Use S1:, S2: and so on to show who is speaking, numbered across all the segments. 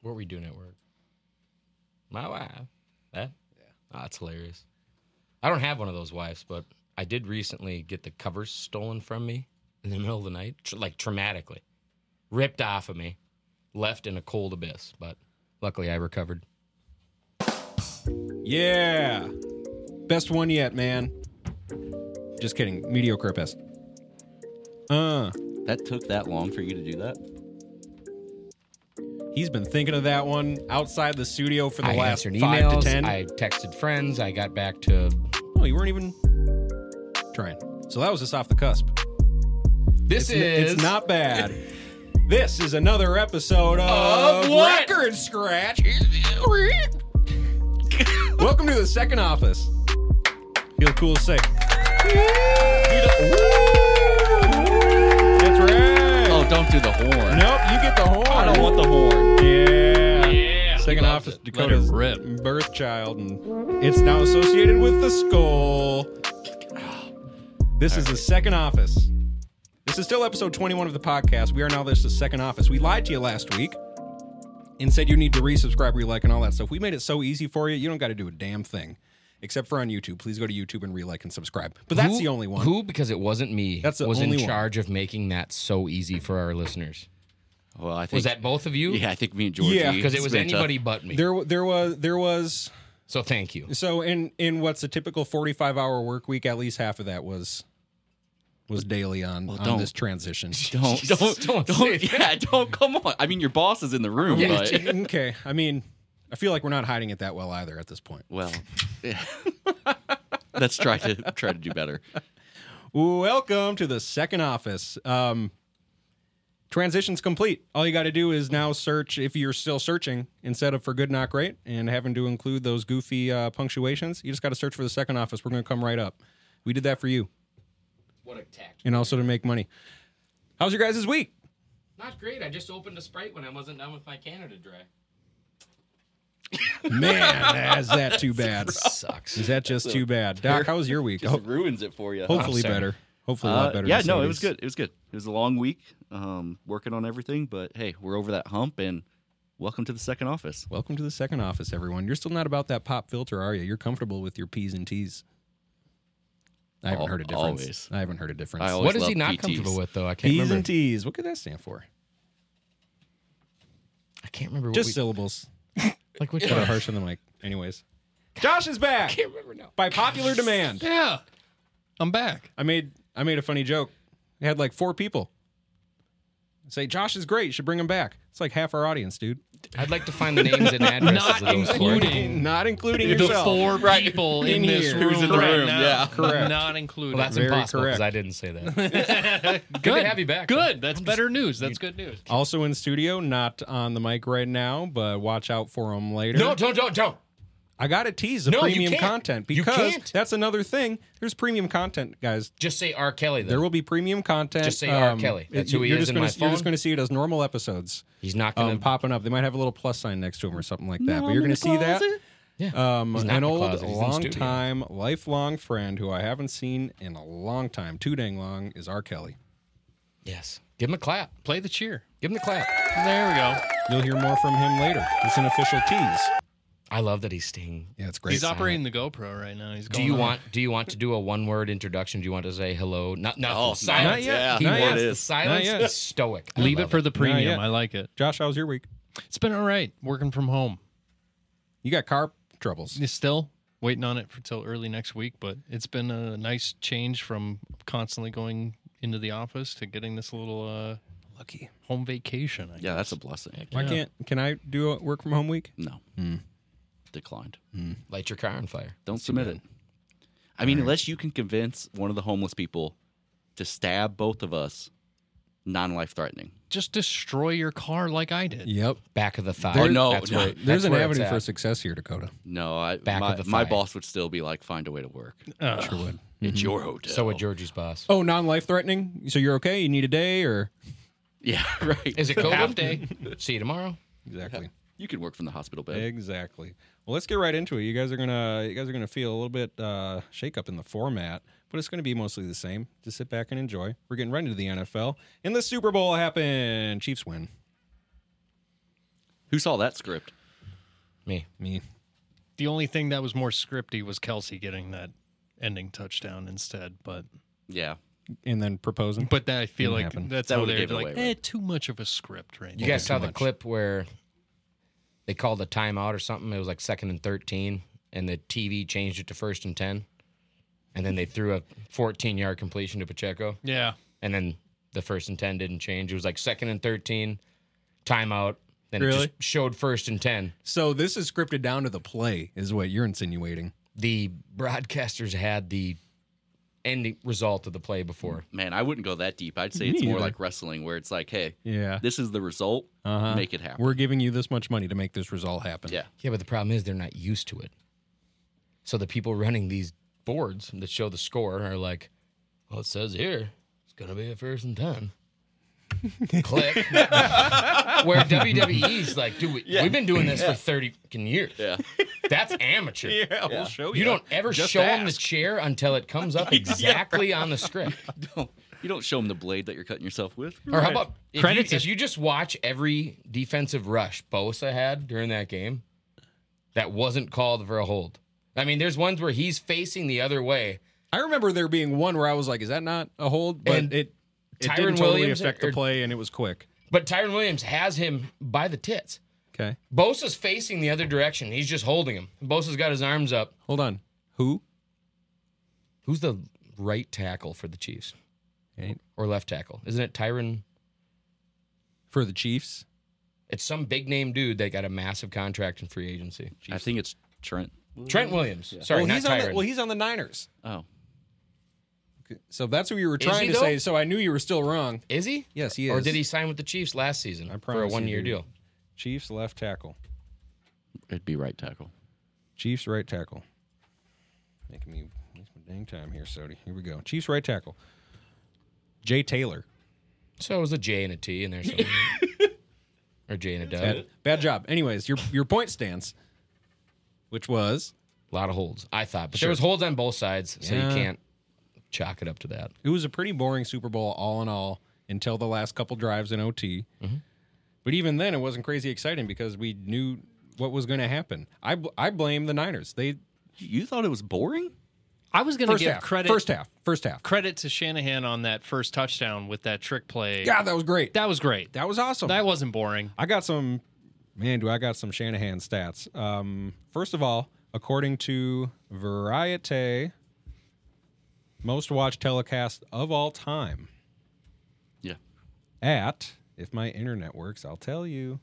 S1: What were we doing at work? My wife. That? Yeah. that's hilarious. I don't have one of those wives, but I did recently get the covers stolen from me in the middle of the night, tr- like traumatically. Ripped off of me, left in a cold abyss, but luckily I recovered.
S2: Yeah. Best one yet, man. Just kidding. Mediocre at best. Uh,
S3: That took that long for you to do that?
S2: he's been thinking of that one outside the studio for the
S1: I
S2: last
S1: answered
S2: five
S1: emails.
S2: to ten.
S1: I texted friends. I got back to
S2: Oh, you weren't even trying. So that was just off the cusp.
S1: this is
S2: It's not bad. this is another episode of,
S1: Of what?
S2: Record Scratch. Welcome to the second office. Feel cool as sick. That's right.
S3: Oh, don't do the horn.
S2: Nope, you get the horn.
S3: I don't want the horn.
S2: Yeah. Second
S3: He loves
S2: office
S3: it.
S2: Dakota's
S3: Let it rip.
S2: birth child, and it's now associated with the skull. This is the second office. This is still episode 21 of the podcast. We are now this is second office. We lied to you last week and said you need to resubscribe, relike, and all that stuff. We made it so easy for you. You don't got to do a damn thing, except for on YouTube. Please go to YouTube and relike and subscribe. But that's
S1: Who-
S2: the only one.
S1: Who, because it wasn't me,
S2: That's the
S1: was
S2: only
S1: in
S2: one.
S1: charge of making that so easy for our listeners.
S3: Well, I think
S1: Was that both of you?
S3: Yeah, I think me and Georgie.
S2: Yeah.
S1: Because it was
S3: spent a-
S1: anybody but me.
S2: There, there was, there was.
S1: So thank you.
S2: So in in what's a typical forty five hour work week, at least half of that was was daily on,
S3: Well,
S2: on
S3: don't.
S2: this transition.
S3: Don't, don't,
S1: Don't
S3: don't,
S1: say that.
S3: yeah, don't, come on. I mean, your boss is in the room,
S1: Yeah.
S3: but,
S2: okay, I mean, I feel like we're not hiding it that well either at this point.
S3: well, yeah. let's try to try to do better.
S2: Welcome to the second office. Um, transition's complete. All you got to do is now search if you're still searching instead of for good knock rate and having to include those goofy uh, punctuations. You just got to search for the second office. We're going to come right up. We did that for you
S1: What a tact.
S2: and also to make money. How's your guys' week?
S1: Not great. I just opened a Sprite when I wasn't done with my Canada Dry.
S2: Man, is that too bad?
S1: Sucks.
S2: Is that just too bad? Doc, how was your week?
S3: Just
S2: Ho-
S3: ruins it for you.
S2: hopefully
S1: sorry.
S2: better. Hopefully a
S3: Uh,
S2: lot better.
S3: yeah,
S2: than
S3: no, it was
S2: Sadie's.
S3: good. It was good. It was a long week, um, working on everything, but hey, we're over that hump and welcome to the second office.
S2: Welcome to the second office, everyone. You're still not about that pop filter, are you? You're comfortable with your P's and T's. I haven't
S3: Al-
S2: heard a difference.
S3: always.
S2: I haven't heard a difference.
S3: I always
S1: What is he
S3: love
S1: not
S3: PTs.
S1: comfortable with though? I can't
S2: P's
S1: remember.
S2: and T's. What could that stand for?
S1: I can't remember.
S2: Just
S1: what
S2: syllables.
S1: we, like which
S2: Put
S1: one?
S2: it harsh on the mic. Anyways, Josh is
S1: I
S2: back
S1: can't remember now.
S2: by popular demand.
S4: Yeah. I'm back.
S2: I made I made a funny joke. I had like four people say Josh is great. You should bring him back. It's like half our audience, dude.
S1: I'd like to find the names and addresses of
S4: Not
S1: those four.
S4: including
S2: Not including
S4: the
S2: yourself.
S4: four people in,
S2: In
S4: this
S2: here.
S4: room.
S3: Who's in the
S4: right
S3: room,
S4: Now.
S3: yeah.
S2: Correct.
S4: Not included.
S1: Well, that's
S2: Very
S1: impossible
S2: correct.
S1: because I didn't say that.
S4: good.
S1: to have you back.
S4: Good. That's better news. That's good news.
S2: Also in studio, not on the mic right now, but watch out for him later.
S1: no, don't, don't, don't.
S2: I got to tease the
S1: No, you
S2: premium
S1: can't.
S2: content
S1: You
S2: because
S1: can't.
S2: that's another thing. There's premium content, guys.
S1: Just say R. Kelly. Though.
S2: There will be premium content. um,
S1: Just say R. Kelly. That's who he
S2: you're
S1: is
S2: just
S1: in
S2: gonna,
S1: my
S2: You're just
S1: phone.
S2: going to see it as normal episodes
S1: He's not
S2: um,
S1: gonna.
S2: popping up. They might have a little plus sign next to him or something like that.
S3: Now
S2: but
S3: I'm
S2: you're
S3: in
S2: going to
S3: the
S2: see that.
S3: closet.
S1: yeah.
S2: Um,
S1: He's not in
S2: an
S1: the
S2: old,
S1: closet, he's in the
S2: long
S1: studio.
S2: time, lifelong friend who I haven't seen in a long time, too dang long, is R. Kelly.
S1: yes. Give him a clap.
S4: Play the cheer.
S1: Give him the clap.
S4: There we go.
S2: You'll hear more from him later. It's an official tease.
S1: I love that he's staying.
S2: Yeah, it's great.
S4: He's operating the GoPro right now. He's
S1: Do
S4: going
S1: you
S4: on.
S1: want? Do you want to do a one-word introduction? Do you want to say hello? Not, not
S3: Oh,
S1: silence.
S2: not yet.
S1: He
S2: Not
S1: wants
S3: yet.
S1: the silence.
S2: Not yet.
S1: He's stoic. I
S4: Leave
S1: love
S4: it for the premium.
S2: yet.
S4: I like it.
S2: Josh, how's your week?
S4: It's been all right. Working from home.
S2: You got car troubles.
S4: It's still waiting on it for till early next week, but it's been a nice change from constantly going into the office to getting this little uh,
S2: Lucky.
S4: home vacation. I
S3: Yeah,
S4: guess.
S3: that's a blessing.
S2: Why can't can I do a work from home week?
S3: No, declined.
S1: Light your car on fire.
S3: Don't submit it. I mean, unless you can convince one of the homeless people to stab both of us, non-life threatening.
S4: just destroy your car like I did.
S2: Yep.
S1: Back of the thigh.
S3: Oh, no,
S1: That's
S3: no.
S1: where- that's
S2: There's an
S1: where
S2: avenue
S1: it's
S2: for
S1: at.
S2: success here, Dakota.
S3: No, I
S1: Back
S3: my,
S1: of the
S3: my
S1: thigh.
S3: boss would still be like, find a way to work.
S4: Ugh.
S2: Sure would.
S3: It's your hotel.
S1: So would Georgie's boss.
S2: Oh, non-life threatening. So you're okay? You need a day or
S3: Yeah, right.
S1: Is it COVID?
S4: Half day.
S1: See you tomorrow.
S2: exactly,
S3: You can work from the hospital bed.
S2: exactly. Well, let's get right into it. You guys are gonna you guys are gonna feel a little bit uh, shake up in the format, but it's gonna be mostly the same. Just sit back and enjoy. We're getting right into the NFL, and the Super Bowl happened. Chiefs win.
S3: Who saw that script?
S1: Me.
S2: Me.
S4: The only thing that was more scripty was Kelsey getting that ending touchdown instead, but
S3: Yeah.
S2: And then proposing.
S4: but that I feel
S2: Didn't
S4: like
S2: happen.
S4: that's
S3: That
S4: how
S3: would've
S4: they're
S3: gave it
S4: like
S3: away,
S4: eh, too much of a script right
S1: You
S4: now.
S1: guys saw the
S4: Too much.
S1: clip where they called a timeout or something. It was like second and 13, and the TV changed it to first and 10. And then they threw a 14 yard completion to Pacheco.
S4: Yeah,
S1: And then the first and 10 didn't change. It was like second and 13, timeout. Then
S2: Really?
S1: it just showed first and 10.
S2: So this is scripted down to the play, is what you're insinuating.
S1: The broadcasters had the ending result of the play before.
S3: Man, I wouldn't go that deep. I'd say
S2: Me
S3: it's more
S2: either.
S3: like wrestling where it's like, hey,
S2: Yeah.
S3: this is the result.
S2: Uh-huh.
S3: Make it happen.
S2: We're giving you this much money to make this result happen.
S3: Yeah.
S1: Yeah, but the problem is they're not used to it. So the people running these boards that show the score are like, well, it says here it's going to be a first and 10. Click. Where WWE's like, dude, we, we've been doing this for 30 fucking years.
S3: Yeah.
S1: That's amateur.
S2: Yeah,
S3: Yeah.
S2: we'll show you.
S1: You don't ever
S2: Just
S1: show them the
S2: ask.
S1: chair until it comes up exactly on the script.
S3: Don't, you don't show them the blade that you're cutting yourself with.
S1: Or how about if you,
S2: Credits
S1: if you just watch every defensive rush Bosa had during that game that wasn't called for a hold? I mean, there's ones where he's facing the other way.
S2: I remember there being one where I was like, "Is that not a hold?" But
S1: And
S2: it it
S1: Tyron
S2: didn't totally
S1: Williams
S2: affect
S1: or-
S2: the play, and it was quick.
S1: But Tyron Williams has him by the tits.
S2: Okay,
S1: Bosa's facing the other direction. He's just holding him. Bosa's got his arms up.
S2: hold on. Who?
S1: Who's the right tackle for the Chiefs?
S2: Ain't-
S1: Or left tackle? Isn't it Tyron?
S2: For the Chiefs?
S1: It's some big name dude that got a massive contract in free agency.
S3: I think it's Trent.
S1: Trent Williams. Sorry,
S2: well,
S1: not
S2: he's
S1: Tyron.
S2: on the, well, he's on the Niners.
S3: Oh.
S2: So that's what you were
S1: Is
S2: trying
S1: he,
S2: to
S1: though?
S2: say. So I knew you were still wrong.
S1: is he?
S2: Yes, he
S1: Or
S2: is.
S1: did he sign with the Chiefs last season for a
S2: promise you,
S1: one year
S2: dude.
S1: deal?
S2: Chiefs left tackle.
S3: It'd be right tackle.
S2: Chiefs right tackle. Making me waste my dang time here, Sody. Here we go. Chiefs right tackle. Jay Taylor.
S1: So it was a J and a T in there somewhere. or J and a W.
S2: Bad, bad job. Anyways, your your point stands, which was
S1: A lot of holds, I thought. But there was holds on both sides, so
S2: Yeah.
S1: you can't chalk it up to that.
S2: it was a pretty boring Super Bowl all in all until the last couple drives in OT.
S4: Mm-hmm.
S2: But even then, it wasn't crazy exciting because we knew what was going to happen. I bl- I blame the Niners. They
S3: You thought it was boring?
S4: I was gonna
S2: first
S4: give
S2: half,
S4: credit
S2: first half, first half.
S4: credit to Shanahan on that first touchdown with that trick play.
S2: God, that was great. That,
S4: that was great. That,
S2: was awesome.
S4: wasn't boring.
S2: I got some, man, do I got some Shanahan stats. Um, first of all, according to Variety, most watched telecast of all time
S3: Yeah.
S2: at, if my internet works, I'll tell you.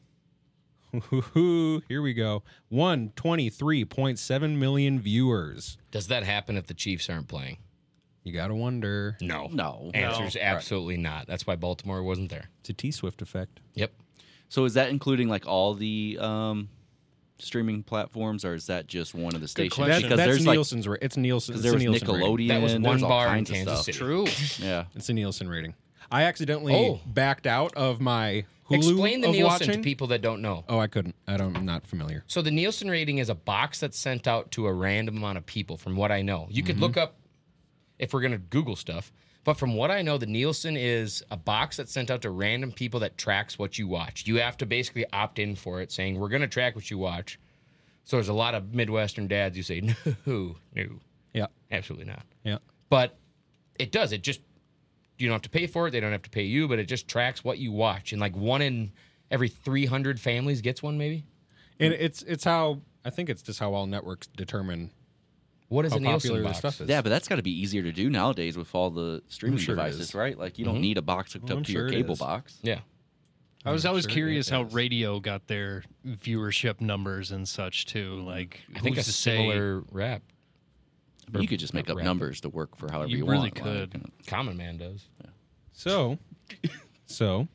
S2: Here we go. 123.7 million viewers.
S1: Does that happen if the Chiefs aren't playing?
S2: You got to wonder.
S1: No.
S3: No.
S1: Answer's absolutely not. That's why Baltimore wasn't there.
S2: It's a T Swift effect.
S1: Yep.
S3: So is that including like all the um, streaming platforms or is that just one of the stations?
S4: question.
S3: Because
S2: that's
S3: there's like
S2: Nielsen's. ra- it's Nielsen's.
S3: because
S2: It's
S3: there
S2: a
S3: was
S2: Nielsen rating.
S3: Nickelodeon.
S1: That was one
S3: there's all
S1: bar in
S3: kinds of
S1: Kansas
S3: stuff.
S1: City.
S4: True.
S3: Yeah.
S2: It's a Nielsen rating. I accidentally
S1: Oh.
S2: backed out of my Hulu
S1: Explain the
S2: of
S1: Nielsen
S2: watching.
S1: to people that don't know.
S2: Oh, I couldn't. I don't. I'm not familiar.
S1: So the Nielsen rating is a box that's sent out to a random amount of people, from what I know. You
S2: Mm-hmm.
S1: could look up if we're going to Google stuff, but from what I know, the Nielsen is a box that's sent out to random people that tracks what you watch. You have to basically opt in for it, saying, We're going to track what you watch. So there's a lot of Midwestern dads who say, No, no,
S2: Yeah.
S1: absolutely not.
S2: Yeah.
S1: But it does. It just, you don't have to pay for it. They don't have to pay you, but it just tracks what you watch. And like one in every 300 families gets one, maybe?
S2: And it's it's how I think it's just how all networks determine
S1: What is
S2: how
S1: a Nielsen
S2: popular their
S1: box?
S2: stuff is.
S3: Yeah, but that's got to be easier to do nowadays with all the streaming
S2: sure it is. Mm-hmm.
S3: devices, right? Like you don't need a box hooked
S2: Well,
S3: up
S2: I'm
S3: to
S2: sure
S3: your
S2: it
S3: cable
S2: is.
S3: box.
S1: Yeah.
S4: I was always
S2: sure it
S4: curious how
S2: is.
S4: radio got their viewership numbers and such too. Like
S1: I think a
S4: who's to say
S1: similar rap
S3: I mean, you could just make up
S1: rapid.
S3: numbers to work for however
S4: You
S3: you,
S4: really
S3: want. like,
S4: could.
S3: you know.
S1: Common Man does.
S2: So, so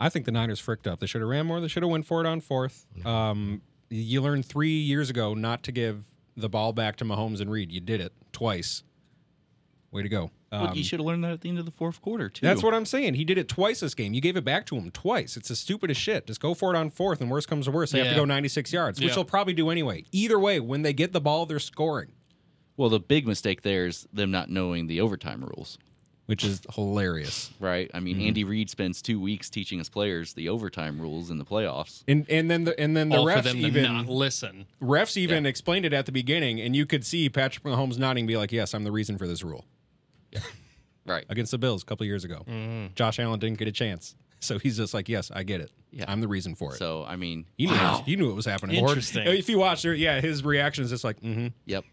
S2: I think the Niners fricked up. They should have ran more. They should have went for it on fourth. Um, you learned three years ago not to give the ball back to Mahomes and Reed. You did it twice. Way to go.
S3: Well,
S2: Um,
S3: you should have learned that at the end of the fourth quarter too.
S2: That's what I'm saying. He did it twice this game. You gave it back to him twice. It's the stupidest shit. Just go for it on fourth, and worst comes to worst, they have to
S4: Yeah.
S2: go 96 yards, which
S4: Yeah.
S2: they'll probably do anyway. Either way, when they get the ball, they're scoring.
S3: Well, the big mistake there is them not knowing the overtime rules.
S2: which is hilarious.
S3: right? I
S2: Mm-hmm.
S3: mean, Andy Reid spends two weeks teaching his players the overtime rules in the playoffs.
S2: And and then the and then the
S4: All
S2: refs
S4: for them
S2: even
S4: to not listen.
S2: refs even explained it at the beginning, and you could see Patrick Mahomes nodding, and be like, "Yes, I'm the reason for this rule."
S3: Right.
S2: Against the Bills a couple years ago, Josh Allen didn't get a chance, so he's just like, "Yes, I get it.
S3: Yeah.
S2: I'm the reason for it."
S3: So I mean,
S2: he knew,
S3: wow.
S2: he knew it was happening.
S4: Interesting.
S2: If you watch, there, yeah, his reaction is just like, mm-hmm,
S3: Yep.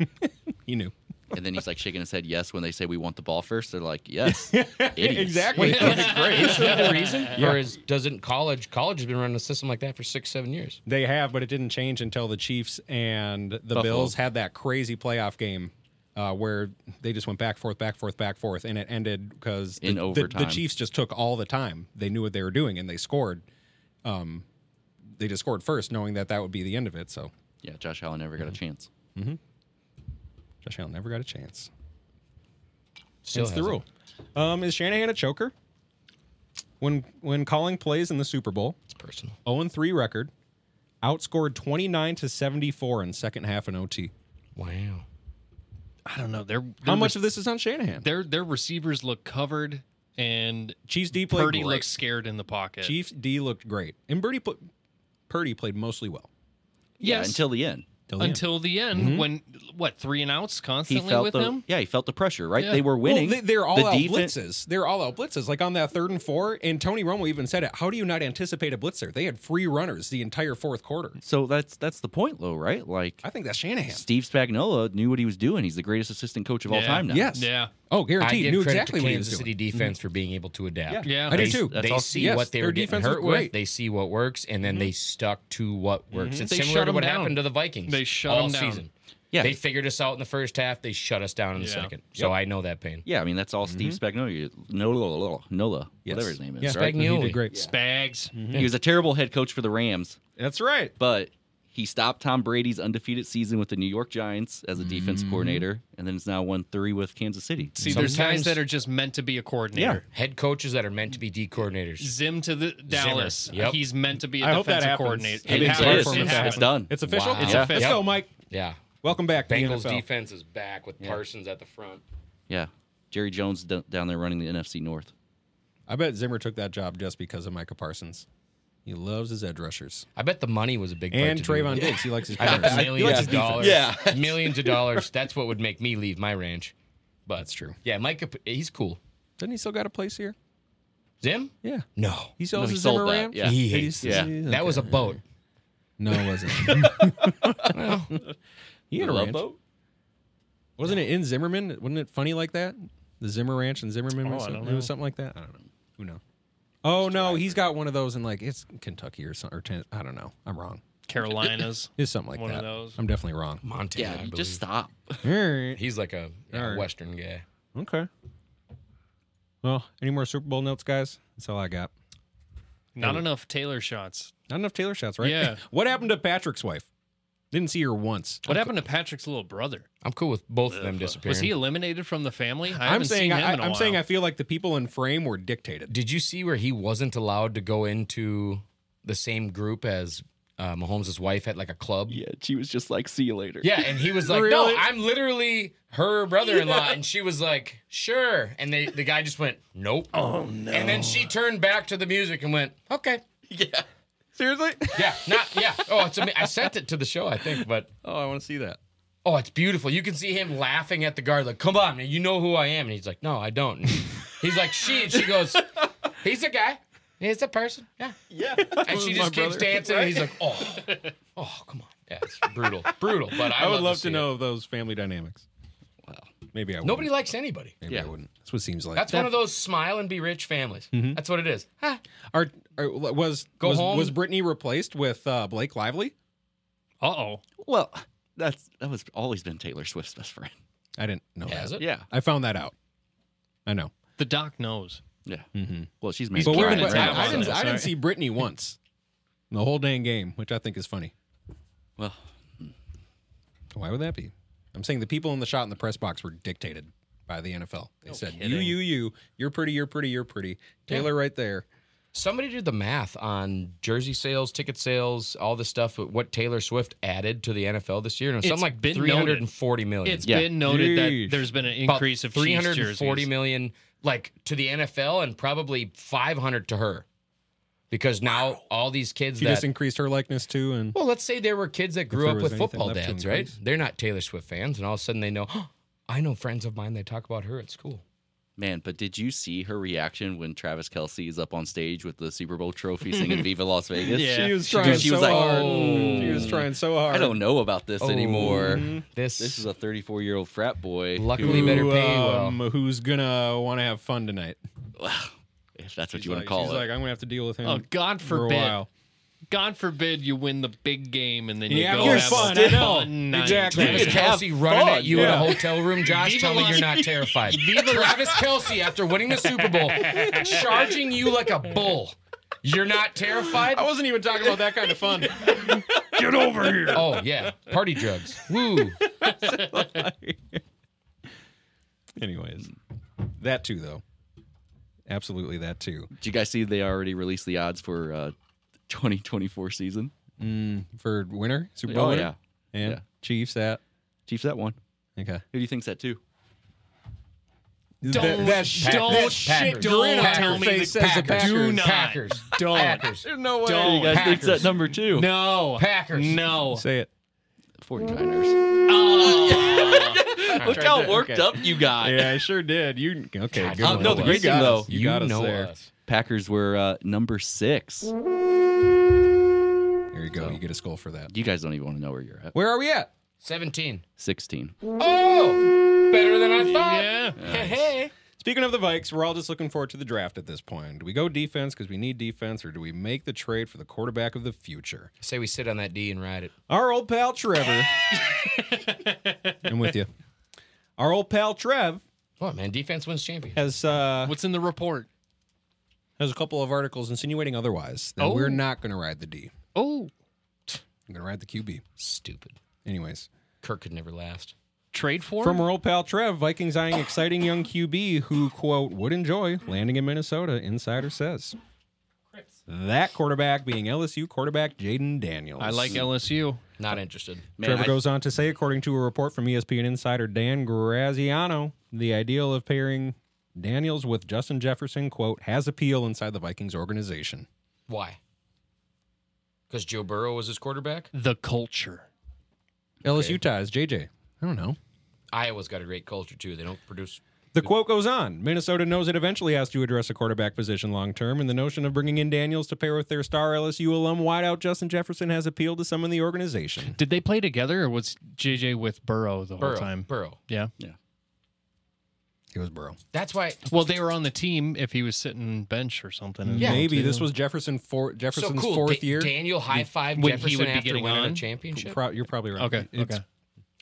S2: he knew.
S3: And then he's like shaking his head yes when they say we want the ball first. They're like, yes. Idiots.
S2: Exactly.
S1: Is there a reason? Or is doesn't college college has been running a system like that for six, seven years?
S2: They have, but it didn't change until the Chiefs and the Bills had that crazy playoff game uh, where they just went back forth, back forth, back forth, and it ended because
S3: In
S2: the, the, the
S3: overtime.
S2: Chiefs just took all the time. They knew what they were doing, and they scored. Um, they just scored first, knowing that that would be the end of it. So
S3: Yeah, Josh Allen never got a chance.
S2: Josh Allen never got a chance.
S1: Still
S2: That's the
S1: hasn't.
S2: rule. Um, is Shanahan a choker? When when calling plays in the Super Bowl,
S1: It's personal.
S2: 0 3 record, outscored 29 to 74 in second half and OT.
S1: Wow.
S4: I don't know. They're,
S2: How much of this is on Shanahan?
S4: their their receivers look covered and
S2: Chiefs D played
S4: Purdy
S2: great.
S4: looks scared in the pocket.
S2: Chiefs D looked great, and Purdy put, Purdy played mostly well.
S3: Yeah,
S4: Yes.
S3: until the end.
S2: till the end.
S4: until the end
S2: Mm-hmm.
S4: when what three and outs
S3: He
S4: constantly
S3: felt
S4: with
S3: the
S4: him.
S3: yeah, he felt the pressure. Right,
S4: Yeah.
S3: they were
S2: Well,
S3: winning.
S2: they, they're all
S3: the
S2: out
S3: defense-
S2: blitzes. They're all out blitzes. Like on that third and four, and Tony Romo even said it. How do you not anticipate a blitzer? They had free runners the entire fourth quarter.
S3: So that's that's the point, though, right? Like
S2: I think that's Shanahan.
S3: Steve Spagnuolo knew what he was doing. He's the greatest assistant coach of all
S4: Yeah.
S3: time now.
S2: Yes.
S4: Yeah.
S2: Oh,
S1: I
S2: guaranteed.
S1: give
S2: Knew
S1: credit
S2: exactly
S1: to
S2: what he
S1: Kansas
S2: was
S1: City
S2: doing. Mm-hmm.
S1: defense for being able to adapt.
S2: Yeah.
S4: Yeah.
S2: I do
S1: They,
S2: too.
S3: That's
S1: they
S3: all-
S1: see
S2: yes,
S1: what they
S2: their
S1: were getting
S2: defense was
S1: hurt
S2: great. Mm-hmm.
S1: with. They see what works, and then they stuck to what works. It's
S4: They
S1: similar
S4: shut
S1: to
S4: 'em
S1: what
S4: down.
S1: happened to the Vikings.
S4: They shut
S1: all
S4: 'em down.
S1: season.
S3: Yeah.
S1: They figured us out in the first half. They shut us down in the
S4: Yeah.
S1: second. So I know that pain.
S3: Yeah, I mean that's all Steve Spagnuolo, Nola, Nola, whatever his name
S2: Mm-hmm.
S3: is.
S2: Yeah, Mm-hmm.
S3: right?
S1: Spagnuolo.
S2: He did great.
S4: Spags.
S3: He was a terrible head coach for the Rams,
S2: That's right.
S3: but he stopped Tom Brady's undefeated season with the New York Giants as a defense coordinator, and then it's now won three with Kansas City.
S4: See, there's guys
S1: Sometimes-
S4: that are just meant to be a coordinator.
S1: Head coaches that are meant to be D coordinators.
S4: Zim to the Dallas.
S1: Yep.
S4: He's meant to be a
S2: I hope that
S4: defensive
S2: happens.
S4: coordinator.
S2: I
S4: It
S2: mean, it's
S3: it's,
S2: hard
S4: happens.
S3: it's,
S2: for him
S4: It
S2: to
S3: it's,
S2: happen.
S4: happens.
S3: done.
S2: It's official.
S1: Wow.
S4: It's
S1: Yeah.
S2: Let's
S4: official.
S2: go, Mike.
S1: Yeah.
S2: Welcome back. to the
S1: Bengals
S2: NFL.
S1: defense is back with Parsons at the front.
S3: yeah, Jerry Jones d- down there running the NFC North.
S2: I bet Zimmer took that job just because of Micah Parsons. He loves his edge rushers.
S1: I bet the money was a big part
S2: And
S1: to do
S2: Trayvon
S1: it.
S2: Diggs. He likes his
S1: I
S2: corners.
S1: bet millions of dollars.
S3: Yeah.
S1: millions of dollars. That's what would make me leave my ranch. But
S2: That's true.
S1: Yeah, Mike, he's cool.
S2: Doesn't he still got a place here?
S1: Zim?
S2: Yeah.
S1: No,
S2: He sells
S3: No, he
S2: his
S3: sold
S2: Zimmer
S3: that,
S2: Ranch?
S3: yeah.
S1: He
S2: He's-
S1: hates
S3: Yeah.
S2: he's-
S1: that was a boat.
S2: No, it wasn't.
S1: Well,
S2: He had a
S3: The love
S2: ranch.
S3: boat?
S2: Wasn't it in Zimmerman? Wasn't it funny like that? The Zimmer Ranch and Zimmerman
S4: Oh,
S2: or
S4: I
S2: something?
S4: don't
S2: It
S4: know.
S2: was something like that? I don't know. Who knows? Oh, no. He's got one of those in like, it's Kentucky or something. Or Ten- I don't know. I'm wrong.
S4: Carolinas.
S2: It's something like
S4: One
S2: that.
S4: of those.
S2: I'm definitely wrong.
S1: Montana.
S3: Yeah,
S1: I
S3: you
S1: believe.
S3: just stop.
S2: All right.
S1: He's like a yeah,
S2: Alright.
S1: Western guy.
S2: Okay. Well, any more Super Bowl notes, guys? That's all I got.
S4: Not enough Taylor shots.
S2: Not enough Taylor shots, right?
S4: Yeah.
S2: what happened to Patrick's wife? Didn't see her once.
S4: What happened to Patrick's little brother?
S1: I'm cool with both of them disappearing.
S4: Was he eliminated from the family? I
S2: I'm
S4: haven't
S2: saying
S4: seen him
S2: I,
S4: in a
S2: I'm
S4: while.
S2: saying I feel like the people in frame were dictated.
S1: Did you see where he wasn't allowed to go into the same group as uh, Mahomes' wife at like a club?
S3: Yeah, she was just like, see you later.
S1: Yeah, and he was like,
S2: Really?
S1: "No, I'm literally her brother-in-law," and she was like, "Sure," and they the guy just went, "Nope." Oh no! And then she turned back to the music and went, "Okay,
S2: Seriously?
S1: yeah, not yeah." Oh, it's ama- I sent it to the show, I think, but
S2: Oh, I want to see that.
S1: oh, it's beautiful. You can see him laughing at the guard, like, "Come on, man, you know who I am," and he's like, "No, I don't." And he's like, "She," and she goes, "He's a guy." He's a person, yeah, yeah. And she just keeps dancing, and he's like, "Oh, oh, come on, yeah, it's brutal, brutal." But I,
S2: I, would love
S1: see
S2: to
S1: it.
S2: know those family dynamics. Wow. Maybe I would.
S1: Nobody likes anybody.
S2: Maybe I
S3: Yeah.
S2: wouldn't. That's what it seems like.
S1: That's one of those smile and be rich families. That's what it is. Ah,
S2: Are, are, was
S1: Go
S2: was,
S1: home.
S2: was Brittany replaced with uh, Blake Lively?
S4: Uh oh.
S3: Well, that's that was always been Taylor Swift's best friend.
S2: I didn't know
S1: has
S2: that.
S1: it?
S3: Yeah,
S2: I found that out. I know.
S4: The doc knows.
S3: yeah.
S2: Mm-hmm.
S3: Well, she's married.
S2: But
S3: to
S2: we're,
S3: Ryan
S2: but
S3: Reynolds.
S2: I, I didn't,
S4: Sorry.
S2: I didn't see Brittany once in the whole dang game, which I think is funny.
S3: Well,
S2: Why would that be? I'm saying the people in the shot in the press box were dictated by the NFL. They said, you,
S4: kidding.
S2: you, you, you're pretty, you're pretty, you're pretty. Taylor right there.
S1: Somebody did the math on jersey sales, ticket sales, all the stuff. What Taylor Swift added to the NFL this year, and it was
S4: It's
S1: something like
S4: been
S1: three hundred and forty million.
S4: It's
S3: Yeah.
S4: been noted
S2: Yeesh.
S4: that there's been an
S1: About
S4: increase of Chiefs
S1: 340
S4: jerseys.
S1: million, like to the NFL, and probably five hundred to her, because now all these kids
S2: She
S1: that
S2: just increased her likeness too, and
S1: Well, let's say there were kids that grew
S2: there
S1: up
S2: was
S1: with
S2: anything
S1: football
S2: left to
S1: dads, right?
S2: increase.
S1: They're not Taylor Swift fans, and all of a sudden they know, "Oh, I know friends of mine, they talk about her at school.
S3: Man, but did you see her reaction when Travis Kelsey is up on stage with the Super Bowl trophy singing Viva Las Vegas?
S4: Yeah.
S2: she was
S3: She was-
S2: trying
S3: she
S2: so
S3: was like,
S2: hard.
S1: "Oh."
S2: She was trying so hard.
S3: I don't know about this anymore.
S1: Oh, This,
S3: This is a 34 year old frat boy.
S1: Luckily-
S3: who-
S1: We better
S2: Who,
S1: pay well.
S2: um, who's gonna want to have fun tonight?
S3: if that's what
S2: She's
S3: you want
S2: like-
S3: to call
S2: she's
S3: it.
S2: like, I'm gonna have to deal with him
S4: Oh, God
S2: for a
S4: forbid.
S2: while.
S4: God forbid you win the big game and then you
S2: Yeah,
S4: go
S2: you're
S4: have
S2: fun,
S4: a
S2: I know.
S4: fun night.
S2: Exactly.
S1: Travis
S3: You could have
S1: Kelsey running
S3: fun,
S1: at you
S2: yeah.
S1: in a hotel room. Josh,
S4: Viva
S1: tell me
S4: Las-
S1: you're not terrified. Travis Kelsey, after winning the Super Bowl, charging you like a bull. You're not terrified?
S2: I wasn't even talking about that kind of fun.
S3: Get over here.
S1: Oh, yeah. Party drugs. Woo.
S2: Anyways, that too though. Absolutely, that too.
S3: Did you guys see they already released the odds for uh, 2024 season?
S2: For winner, Super Bowl
S3: Oh,
S2: winner,
S3: yeah.
S2: and
S3: Yeah.
S2: Chiefs at
S3: Chiefs that one.
S2: okay.
S3: Who do you think's that too?
S4: Don't, don't,
S1: Packers.
S4: shit,
S1: Packers.
S4: don't
S1: Packers.
S4: tell me
S2: Face
S4: the
S2: says the
S4: Packers. Do
S2: Packers.
S4: not.
S1: Packers.
S4: Don't.
S1: Packers.
S2: No way.
S4: Don't.
S3: You guys think's
S1: Packers.
S3: that number two?
S4: No.
S1: Packers.
S4: No.
S2: Say it.
S3: 49ers.
S4: Oh.
S3: Look
S2: tried
S3: how
S2: to-
S3: worked
S2: okay.
S3: up you got.
S2: Yeah, I sure did. You okay?
S1: God,
S2: good
S1: you
S2: one.
S1: know No, the us. great
S2: You got
S3: thing,
S2: us.
S3: though,
S2: You, got us
S1: know
S2: there.
S1: us.
S3: Packers were uh, number six.
S2: There you go. You get a skull for that.
S3: You guys don't even want to know where you're at.
S2: Where are we at?
S1: 17.
S3: 16.
S1: Oh, better than I thought.
S4: yeah.
S1: Hey, hey.
S2: Speaking of the Vikes, we're all just looking forward to the draft at this point. Do we go defense because we need defense, or do we make the trade for the quarterback of the future?
S1: Say we sit on that D and ride it.
S2: Our old pal Trevor. I'm with you. Our old pal Trev
S1: What man? Defense wins champion.
S2: has uh,
S4: What's in the report?
S2: has a couple of articles insinuating otherwise that
S4: Oh.
S2: we're not going to ride the D.
S4: Oh.
S2: I'm going to ride the QB.
S1: Stupid.
S2: Anyways,
S1: Kirk could never last.
S4: Trade for?
S2: From our old pal Trev, Vikings eyeing exciting young QB who, quote, would enjoy landing in Minnesota, insider says. That quarterback being LSU quarterback Jaden Daniels.
S4: I like LSU.
S1: Not interested.
S3: Man,
S2: Trevor
S3: I-
S2: goes on to say, according to a report from E ESPN insider Dan Graziano, the ideal of pairing Daniels with Justin Jefferson, quote, has appeal inside the Vikings organization.
S1: Why? Because Joe Burrow was his quarterback.
S4: The culture.
S2: LSU ties, JJ. I don't know.
S1: Iowa's got a great culture too. They don't produce.
S2: The quote goes on Minnesota knows it eventually has to address a quarterback position long term, and the notion of bringing in Daniels to pair with their star LSU alum wideout Justin Jefferson has appealed to some in the organization.
S4: Did they play together or was JJ with Burrow the
S1: Burrow.
S4: whole time?
S1: Burrow.
S4: Yeah.
S2: It was Burrow.
S1: That's why.
S4: Well, they were on the team if he was sitting bench or something.
S1: Yeah.
S2: Maybe
S4: too.
S2: this was Jefferson for, Jefferson's
S1: so cool.
S2: fourth
S1: Da-
S2: year.
S1: Daniel high five
S4: When he
S1: Jefferson
S4: would be
S1: after
S4: getting
S1: winning a
S4: on?
S1: championship.
S2: Pro- you're probably right.
S4: Okay.
S2: It's-
S4: okay.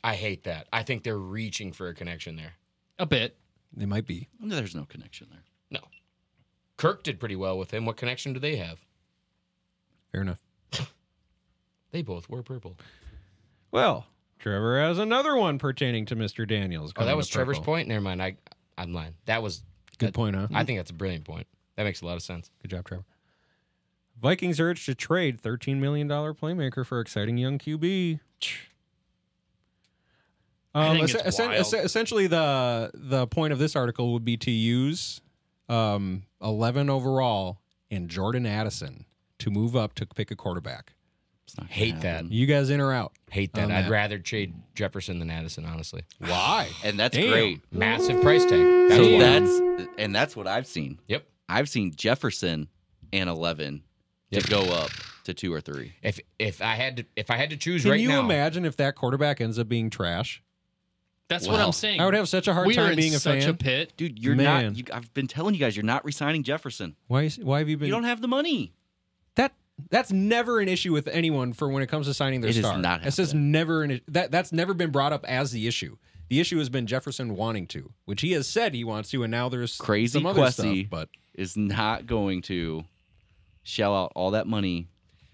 S1: I hate that. I think they're reaching for a connection there.
S4: A bit.
S2: They might be.
S3: there's no connection there.
S1: No. Kirk did pretty well with him. What connection do they have?
S2: Fair enough.
S1: They both wore purple. Oh,
S2: Well, Trevor has another one pertaining to Mr. Daniels.
S1: Oh,
S2: coming
S1: that was
S2: to
S1: Trevor's
S2: purple.
S1: point. Never mind. I I'm lying. That was
S2: Good point, huh?
S1: I think that's a brilliant point. That makes a lot of sense.
S2: Good job, Trevor. Vikings urged to trade $13 million playmaker for exciting young QB.
S4: I
S2: Um,
S4: think
S2: es-
S4: it's
S2: essen-
S4: wild.
S2: es- essentially, the the point of this article would be to use um, 11 overall and Jordan Addison to move up to pick a quarterback.
S3: It's not gonna
S1: Hate that.
S3: happen.
S2: You guys in or out?
S1: Hate that.
S2: On
S1: I'd
S2: that.
S1: rather trade Jefferson than Addison, honestly.
S2: Why?
S3: And that's
S2: Damn.
S3: great.
S1: Massive price tag. That's
S3: So
S1: why.
S3: that's and that's what I've seen.
S1: Yep.
S3: I've seen Jefferson and eleven
S1: Yep.
S3: to go up to two or three.
S1: If if I had to if I had to choose
S2: Can
S1: right
S2: you
S1: now,
S2: imagine if that quarterback ends up being trash?
S4: That's what
S3: Wow.
S4: I'm saying.
S2: I would have such a hard
S4: we are
S2: time
S4: in
S2: being a
S4: such
S2: fan.
S4: a pit.
S3: Dude, you're
S2: Man.
S3: not. You, I've been telling you guys, you're not resigning Jefferson.
S2: why? is- Why have you been?
S3: You don't have the money.
S2: That that's never an issue with anyone for when it comes to signing their
S3: It is
S2: star.
S3: not
S2: This is
S3: happening.
S2: never an that that's never been brought up as the issue. The issue has been Jefferson wanting to, which he has said he wants to, and now there's
S3: Crazy
S2: some other
S3: Quessy.
S2: stuff. But
S3: Is not going to shell out all that money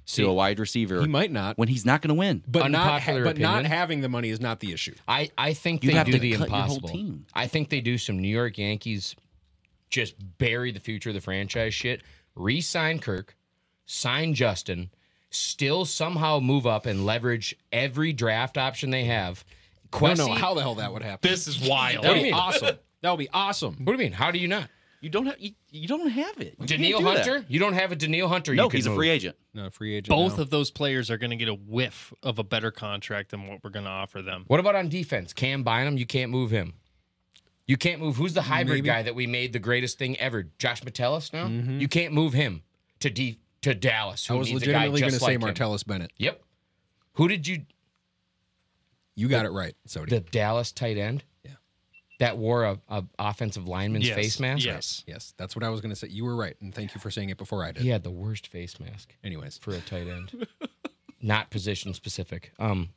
S1: See,
S3: to a wide receiver
S2: he might not.
S3: when he's not going to win.
S2: But not ha-
S1: Unpopular
S2: but not
S1: opinion.
S2: having the money is not the issue.
S1: I, I think
S3: You
S1: they
S3: have
S1: do
S3: to
S1: the
S3: cut your whole
S1: impossible.
S3: team.
S1: I think they do some New York Yankees just bury the future of the franchise shit, re sign Kirk, sign Justin, still somehow move up and leverage every draft option they have.
S2: I
S1: Quessy,
S2: don't know how the hell that would happen.
S5: This is wild.
S1: What
S2: That
S1: do
S2: would
S1: you
S2: be
S1: mean?
S2: awesome. That would be awesome.
S1: What do you mean? How do you not?
S3: You don't have you, you don't have it. You can't
S1: Daniil
S3: do that.
S1: Hunter? You don't have a Daniil Hunter.
S3: No,
S1: you could
S3: he's a
S1: move.
S3: free agent.
S2: No free agent.
S4: Both of those players are going to get a whiff of a better contract than what we're going to offer them.
S1: What about on defense? Cam Bynum, you can't move him. You can't move. Who's the hybrid guy that we made the greatest thing ever? Josh Metellus. Now you can't move him to D to Dallas.
S2: Mm-hmm. I
S1: Who
S2: was
S1: needs a guy
S2: legitimately going to
S1: just
S2: say
S1: like him.
S2: Martellus Bennett.
S1: Yep. Who did you?
S2: You got it right, Sody.
S1: The Dallas tight end.
S2: Yeah.
S1: That wore a, a offensive lineman's
S4: Yes,
S1: face mask.
S4: Yes.
S2: yes, that's what I was going to say. You were right, and thank you for saying it before I did.
S1: He had the worst face mask
S2: Anyways,
S1: for a tight end. Not position specific. Um.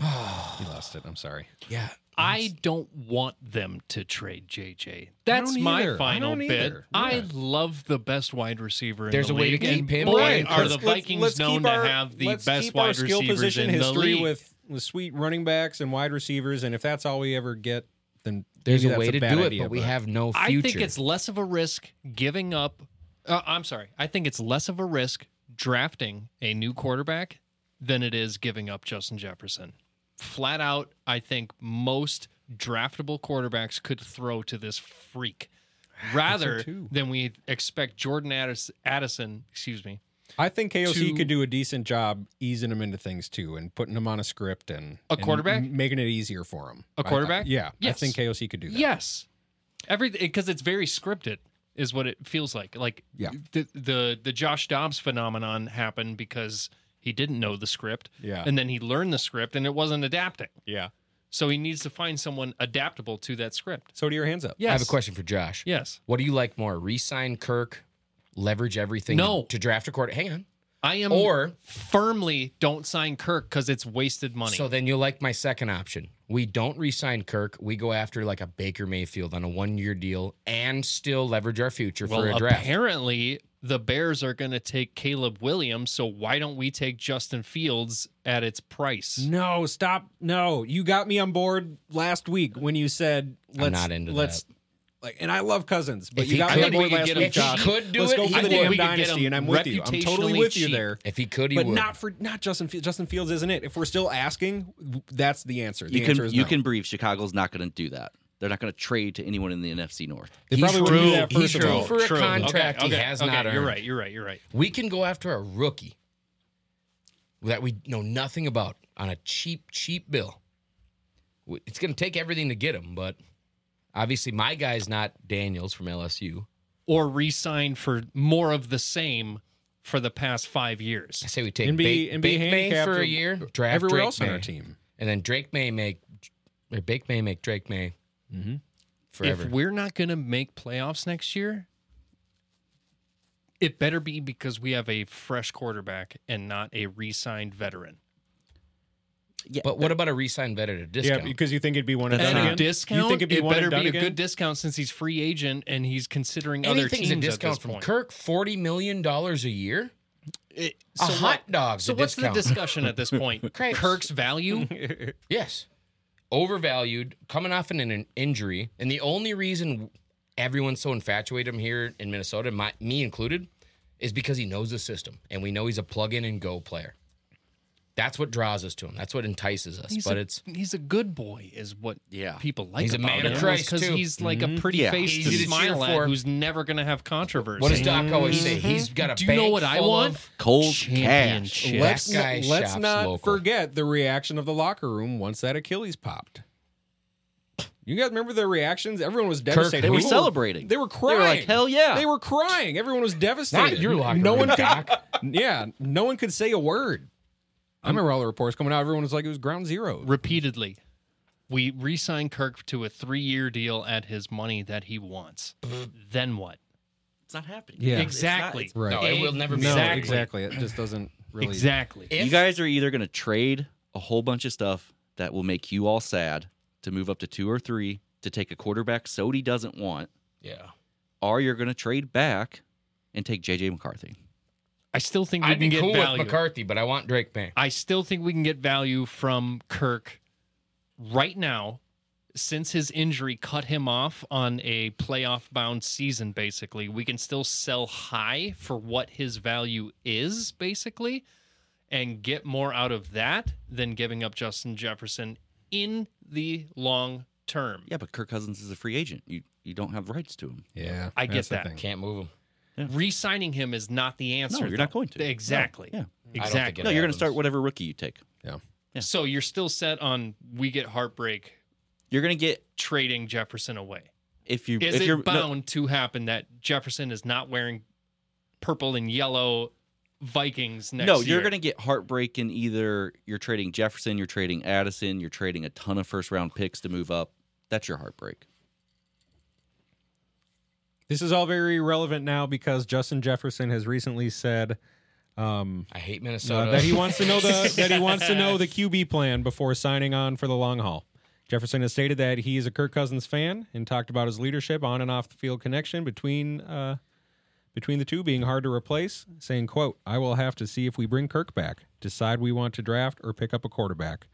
S2: you lost it. I'm sorry.
S1: Yeah.
S4: I don't want them to trade JJ. That's
S2: don't either.
S4: my
S2: I
S4: final
S2: don't
S4: bit.
S2: either.
S4: I love the best wide receiver. In
S1: There's
S4: the
S1: a way to
S4: league, and
S1: keep him
S4: Boy,
S1: and
S4: are
S1: Kirk.
S4: the
S2: Let's-
S4: Vikings
S2: let's
S4: known
S2: keep
S4: to
S2: our-
S4: have the
S2: let's
S4: best
S2: keep our
S4: wide
S2: skill
S4: receivers
S2: position
S4: in the
S2: history
S4: league?
S2: with with sweet running backs and wide receivers. And if that's all we ever get, then
S1: There's
S2: maybe
S1: a
S2: that's
S1: way to
S2: bad
S1: do it,
S2: idea,
S1: but we have no future.
S4: I think it's less of a risk giving up. Uh, I'm sorry. I think it's less of a risk drafting a new quarterback than it is giving up Justin Jefferson. Flat out, I think most draftable quarterbacks could throw to this freak rather
S2: too.
S4: than we expect Jordan Addis- Addison, excuse me,
S2: I think KOC
S4: to-
S2: could do a decent job easing him into things too, and putting him on a script and
S4: A
S2: and
S4: quarterback?
S2: m- making it easier for him.
S4: A
S2: I thought-
S4: quarterback?
S2: yeah, I
S4: Yes.
S2: think KOC could do that.
S4: Yes. Everything because it's very scripted is what it feels like. Like
S2: Yeah.
S4: the the the Josh Dobbs phenomenon happened because he didn't know the script.
S2: Yeah.
S4: And then he learned the script and it wasn't adapting.
S2: yeah.
S4: So he needs to find someone adaptable to that script.
S2: So do your hands up.
S4: Yes.
S1: I have a question for Josh.
S4: Yes.
S1: What do you like more? Resign Kirk, leverage everything
S4: No.
S1: to draft a quarter. Hang on.
S4: I am
S1: Or-
S4: firmly don't sign Kirk because it's wasted money.
S1: So then you'll like my second option. We don't resign Kirk. We go after like a Baker Mayfield on a one year deal and still leverage our future
S4: well,
S1: for a draft.
S4: apparently the Bears are going to take Caleb Williams, so why don't we take Justin Fields at its price?
S2: No, stop. No, you got me on board last week when you said let's
S1: not into
S2: let's
S1: that.
S2: like and I love Cousins, but
S1: If
S2: you
S1: he
S2: got
S1: could,
S2: me on
S1: we
S2: board
S1: could
S2: last
S1: get him
S2: week,
S1: cheap.
S2: Josh.
S1: Could do
S2: let's
S1: it.
S2: go for
S1: I
S2: the
S1: think
S2: damn
S1: we could
S4: get
S2: dynasty,
S4: him
S2: and I'm with you. I'm totally
S4: reputationally
S2: with you
S4: cheap.
S2: there.
S1: If he could, he
S2: But
S1: would.
S2: not for not Justin Fields. Justin Fields isn't it. If we're still asking, w- that's the answer. The
S3: You
S2: answer
S3: can
S2: is
S3: you
S2: no.
S3: can breathe. Chicago's not going to do that. They're not going to trade to anyone in the NFC North.
S2: They
S1: He's
S2: probably wouldn't do
S1: true.
S2: that
S1: He's
S2: first of
S1: true.
S2: all.
S1: for a contract he has not
S4: You're
S1: earned.
S4: right. You're right. You're right.
S1: we can go after a rookie that we know nothing about on a cheap, cheap bill. W- It's going to take everything to get him, but obviously my guy's not Daniels from LSU.
S4: Or re-sign for more of the same for the past five
S1: I
S4: years.
S1: say we take
S2: NBA
S1: Bake, Bake May
S2: handicapped
S1: for
S2: or-
S1: a year, draft
S2: everywhere
S1: Drake
S2: else on
S1: May.
S2: our team.
S1: and then Drake May make or Bake May make Drake May
S4: Mm-hmm.
S1: forever.
S4: If we're not going to make playoffs next year, it better be because we have a fresh quarterback and not a re-signed veteran.
S3: Yeah,
S1: but what about a re-signed veteran at a
S2: Yeah,
S1: discount?
S2: because you think it'd be one and
S4: And
S2: done
S4: a
S2: again.
S4: discount,
S2: You think it'd be
S4: it
S2: one
S4: better
S2: and done
S4: be a
S2: again?
S4: good discount since he's free agent and he's considering other
S1: Anything's
S4: teams
S1: a
S4: at
S1: discount
S4: this
S1: from
S4: point.
S1: Kirk, forty million dollars a year.
S4: It-
S1: a
S4: what-
S1: hot dog's
S4: So
S1: a
S4: what's
S1: discount.
S4: the discussion at this point?
S1: Cripes.
S4: Kirk's value?
S1: Yes, overvalued, coming off an, an injury, and the only reason everyone's so infatuated him here in Minnesota, my, me included, is because he knows the system, and we know he's a plug-in and go player. That's what draws us to him. That's what entices us.
S4: He's
S1: but
S4: a,
S1: it's
S4: he's a good boy, is what
S3: Yeah.
S4: people like.
S1: He's a
S4: about
S1: man
S4: him,
S1: of Christ,
S4: because
S1: too. Mm-hmm.
S4: he's like a pretty
S3: Yeah.
S4: face
S1: Easy to
S4: to
S1: cheer
S4: smile at,
S1: for.
S4: who's never going to have controversy.
S1: what does Doc always say? He's got a.
S4: Do you know
S1: bank
S4: what I
S1: full
S4: want?
S1: of-
S3: Cold
S4: Championship.
S1: Let-
S2: Let's,
S1: That guy
S2: n- let's
S1: shops
S2: not
S1: local.
S2: forget the reaction of the locker room once that Achilles popped. You guys remember their reactions? Everyone was devastated.
S3: they were
S2: People
S3: celebrating.
S2: They were
S3: They
S2: crying.
S3: were like, "Hell yeah."
S2: They were crying. Everyone was devastated.
S1: Not your locker
S2: No
S1: room,
S2: one could,
S1: Doc.
S2: Yeah, no one could say a word. I remember all the reports coming out. Everyone was like, "It was ground zero.
S4: repeatedly. We re-sign Kirk to a three-year deal at his money that he wants. then what?
S3: It's not happening.
S2: Yeah.
S3: It's- it's not-
S4: Exactly.
S3: it's-
S2: Right.
S1: No, it will never be
S2: No,
S1: that.
S4: Exactly.
S2: exactly. It just doesn't really.
S4: Exactly.
S1: If-
S3: you guys are either going to trade a whole bunch of stuff that will make you all sad to move up to two or three to take a quarterback Sodi doesn't want,
S1: Yeah.
S3: or you're going to trade back and take JJ McCarthy.
S4: I still think we
S1: I'd
S4: can
S1: be
S4: get
S1: cool
S4: value.
S1: with McCarthy, but I want Drake May.
S4: I still think we can get value from Kirk right now, since his injury cut him off on a playoff bound season, basically, we can still sell high for what his value is, basically, and get more out of that than giving up Justin Jefferson in the long term.
S3: Yeah, but Kirk Cousins is a free agent. You you don't have rights to him.
S2: Yeah,
S4: I get
S2: that's the
S4: that.
S2: thing.
S1: Can't move him.
S4: Re-signing him is not the answer.
S3: you're not
S4: though.
S3: going to.
S4: Exactly.
S3: No, yeah.
S1: I don't think
S4: Exactly.
S1: it
S3: no, you're going
S1: happens.
S3: to start whatever rookie you take. yeah.
S4: So you're still set on we get heartbreak
S3: You're going to get
S4: trading Jefferson away.
S3: if you
S4: Is
S3: if you're
S4: it
S3: no,
S4: bound to happen that Jefferson is not wearing purple and yellow Vikings next
S3: no, you're
S4: year?
S3: going to get heartbreak in either you're trading Jefferson, you're trading Addison, you're trading a ton of first round picks to move up. That's your heartbreak.
S2: This is all very relevant now because Justin Jefferson has recently said um,
S1: I hate
S2: uh,
S1: Minnesota.
S2: that he wants to know the that he wants to know the QB plan before signing on for the long haul. Jefferson has stated that he is a Kirk Cousins fan and talked about his leadership on and off the field connection between uh, between the two being hard to replace, saying, "quote I will have to see if we bring Kirk back, decide we want to draft or pick up a quarterback."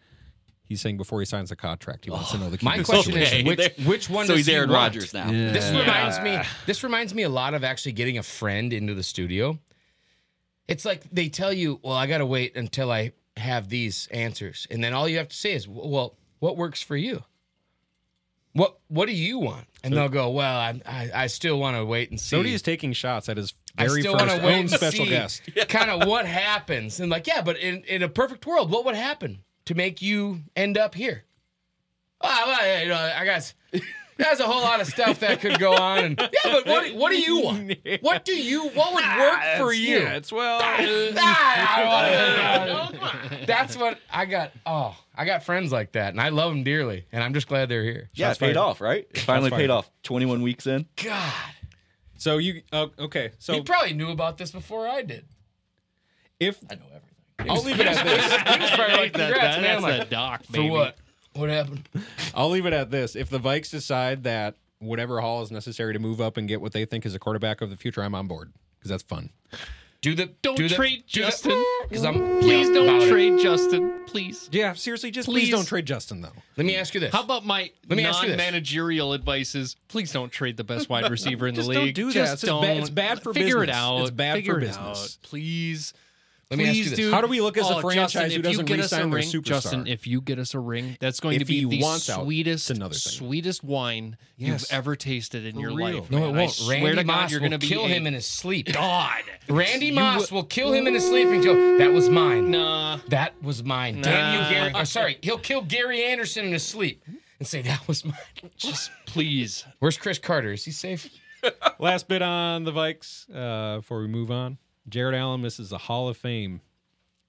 S2: He's saying before he signs the contract, he wants to know the QB
S1: Oh, My question
S2: situation.
S1: is which, which one
S3: So
S1: does
S3: he's
S1: he
S3: Aaron
S1: want?
S3: Rodgers now.
S1: This reminds me. This reminds me a lot of actually getting a friend into the studio. It's like they tell you, "Well, I got to wait until I have these answers," and then all you have to say is, "Well, what works for you? What What do you want?" And they'll go, "Well, I I, I still want to wait and see."
S2: Zodi is taking shots at his
S1: I
S2: very
S1: still
S2: first
S1: want to wait
S2: own
S1: and
S2: special
S1: see
S2: guest.
S1: kind of what happens. And like, yeah, but in, in a perfect world, what would happen to make you end up here? Ah, well, you know, I guess there's a whole lot of stuff that could go on. And yeah, but what what do you want? What do you? What
S2: Ah,
S1: would work for you?
S2: well.
S1: Ah, I
S2: Oh,
S1: wanna know. That's what I got. Oh, I got friends like that, and I love them dearly. And I'm just glad they're here.
S3: Yeah, it paid off, right? It finally
S2: fired.
S3: paid off. 21 weeks in.
S1: God,
S2: So you oh, okay? So
S1: he probably knew about this before I did.
S2: if
S1: I know everything.
S2: I'll leave it at this,
S1: He was probably like,
S4: That- that-
S1: "Congrats, man."
S4: that's
S1: I'm like,
S4: a doc,
S1: For
S4: baby.
S1: what? What happened?
S2: I'll leave it at this. If the Vikes decide that whatever haul is necessary to move up and get what they think is a quarterback of the future, I'm on board because that's fun.
S1: Do the
S4: Don't
S1: do the-
S4: trade
S1: do the-
S4: Justin.
S1: 'cause I'm
S4: Please
S1: yeah,
S4: don't
S1: about it.
S4: trade Justin. Please.
S2: Yeah, seriously, just
S4: please
S2: don't
S4: don't
S2: trade Justin though.
S1: Let me ask you this.
S4: How about my
S1: Let me ask you this.
S4: non-managerial advice is please don't trade the best wide receiver in the
S2: Just don't
S4: league.
S2: do that. It's
S4: Just
S2: just
S4: don't.
S2: ba- it's bad for
S4: Figure
S2: business.
S4: it out.
S2: It's bad
S4: Figure
S2: for
S4: it
S2: business.
S4: out. Please.
S1: Let me ask you
S4: Please,
S1: this.
S4: dude.
S2: How do we look as a
S4: Oh,
S2: franchise
S4: Justin,
S2: who
S4: if
S2: doesn't
S4: you get us
S2: re-sign
S4: a
S2: their
S4: ring,
S2: superstar?
S4: Justin, if you get us a ring, that's going
S2: If
S4: to be
S2: he
S4: the
S2: wants out,
S4: sweetest,
S2: it's another thing.
S4: sweetest wine
S2: Yes.
S4: you've ever tasted in your
S2: real.
S4: life.
S1: no,
S4: man.
S1: it
S4: I
S1: won't.
S4: swear
S1: Randy
S4: to God,
S1: Moss
S4: you're
S1: will
S4: gonna be
S1: kill
S4: a-
S1: him in his sleep.
S4: God.
S1: Randy Moss will kill him in his sleep and go, "That was mine.
S4: Nah.
S1: That was mine. Damn
S4: Nah.
S1: you, Gary. Or, sorry, he'll kill Gary Anderson in his sleep and say that was mine."
S4: Just please.
S1: Where's Chris Carter? Is he safe?
S2: Last bit on the Vikes uh, before we move on. Jared Allen misses the Hall of Fame.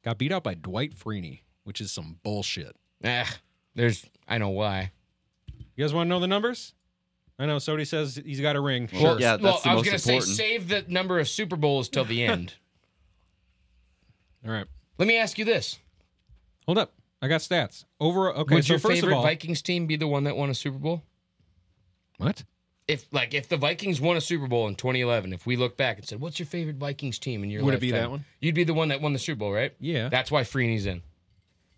S2: Got beat out by Dwight Freeney, which is some bullshit.
S1: Ah, there's. I know why.
S2: You guys want to know the numbers? I know Sodi says he's got a ring.
S3: Well, Sure. yeah,
S1: well,
S3: that's the
S1: I was
S3: most
S1: gonna
S3: important.
S1: say save the number of Super Bowls till the end.
S2: All right.
S1: Let me ask you this:
S2: Hold up. I got stats. Over okay,
S1: Would
S2: so
S1: your
S2: first
S1: favorite
S2: of all,
S1: Vikings team be the one that won a Super Bowl?
S2: what?
S1: if like if the Vikings won a Super Bowl in 2011, if we look back and said, "What's your favorite Vikings team in your
S2: Would it
S1: lifetime?"
S2: be that one?
S1: You'd be the one that won the Super Bowl, right?
S2: Yeah.
S1: That's why Freeney's in.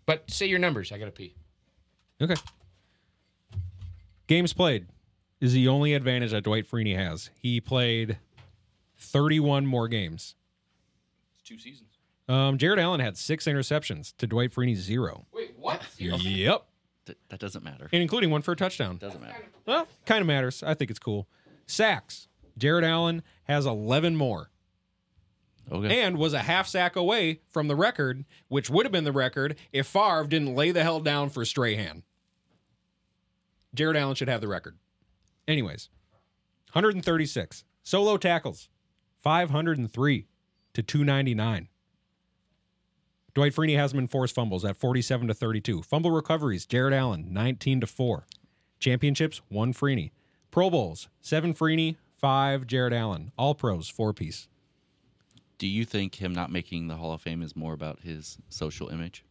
S1: But say your numbers. I gotta pee.
S2: Okay. Games played is the only advantage that Dwight Freeney has. He played 31 more games.
S1: It's two seasons.
S2: Um, Jared Allen had six interceptions to Dwight Freeney's zero.
S1: Wait, what?
S2: Yep.
S3: Th- that doesn't matter.
S2: And including one for a touchdown.
S3: doesn't matter.
S2: Well, kind of matters. I think it's cool. Sacks. Jared Allen has 11 more
S3: Okay.
S2: and was a half sack away from the record, which would have been the record if Favre didn't lay the hell down for Strahan. Jared Allen should have the record. Anyways, 136 solo tackles, 503 to 299. Dwight Freeney has him in forced fumbles at 47 to 32. Fumble recoveries, Jared Allen 19 to 4. Championships, 1 Freeney. Pro Bowls, 7 Freeney, 5 Jared Allen. All pros, 4 piece.
S3: Do you think him not making the Hall of Fame is more about his social image?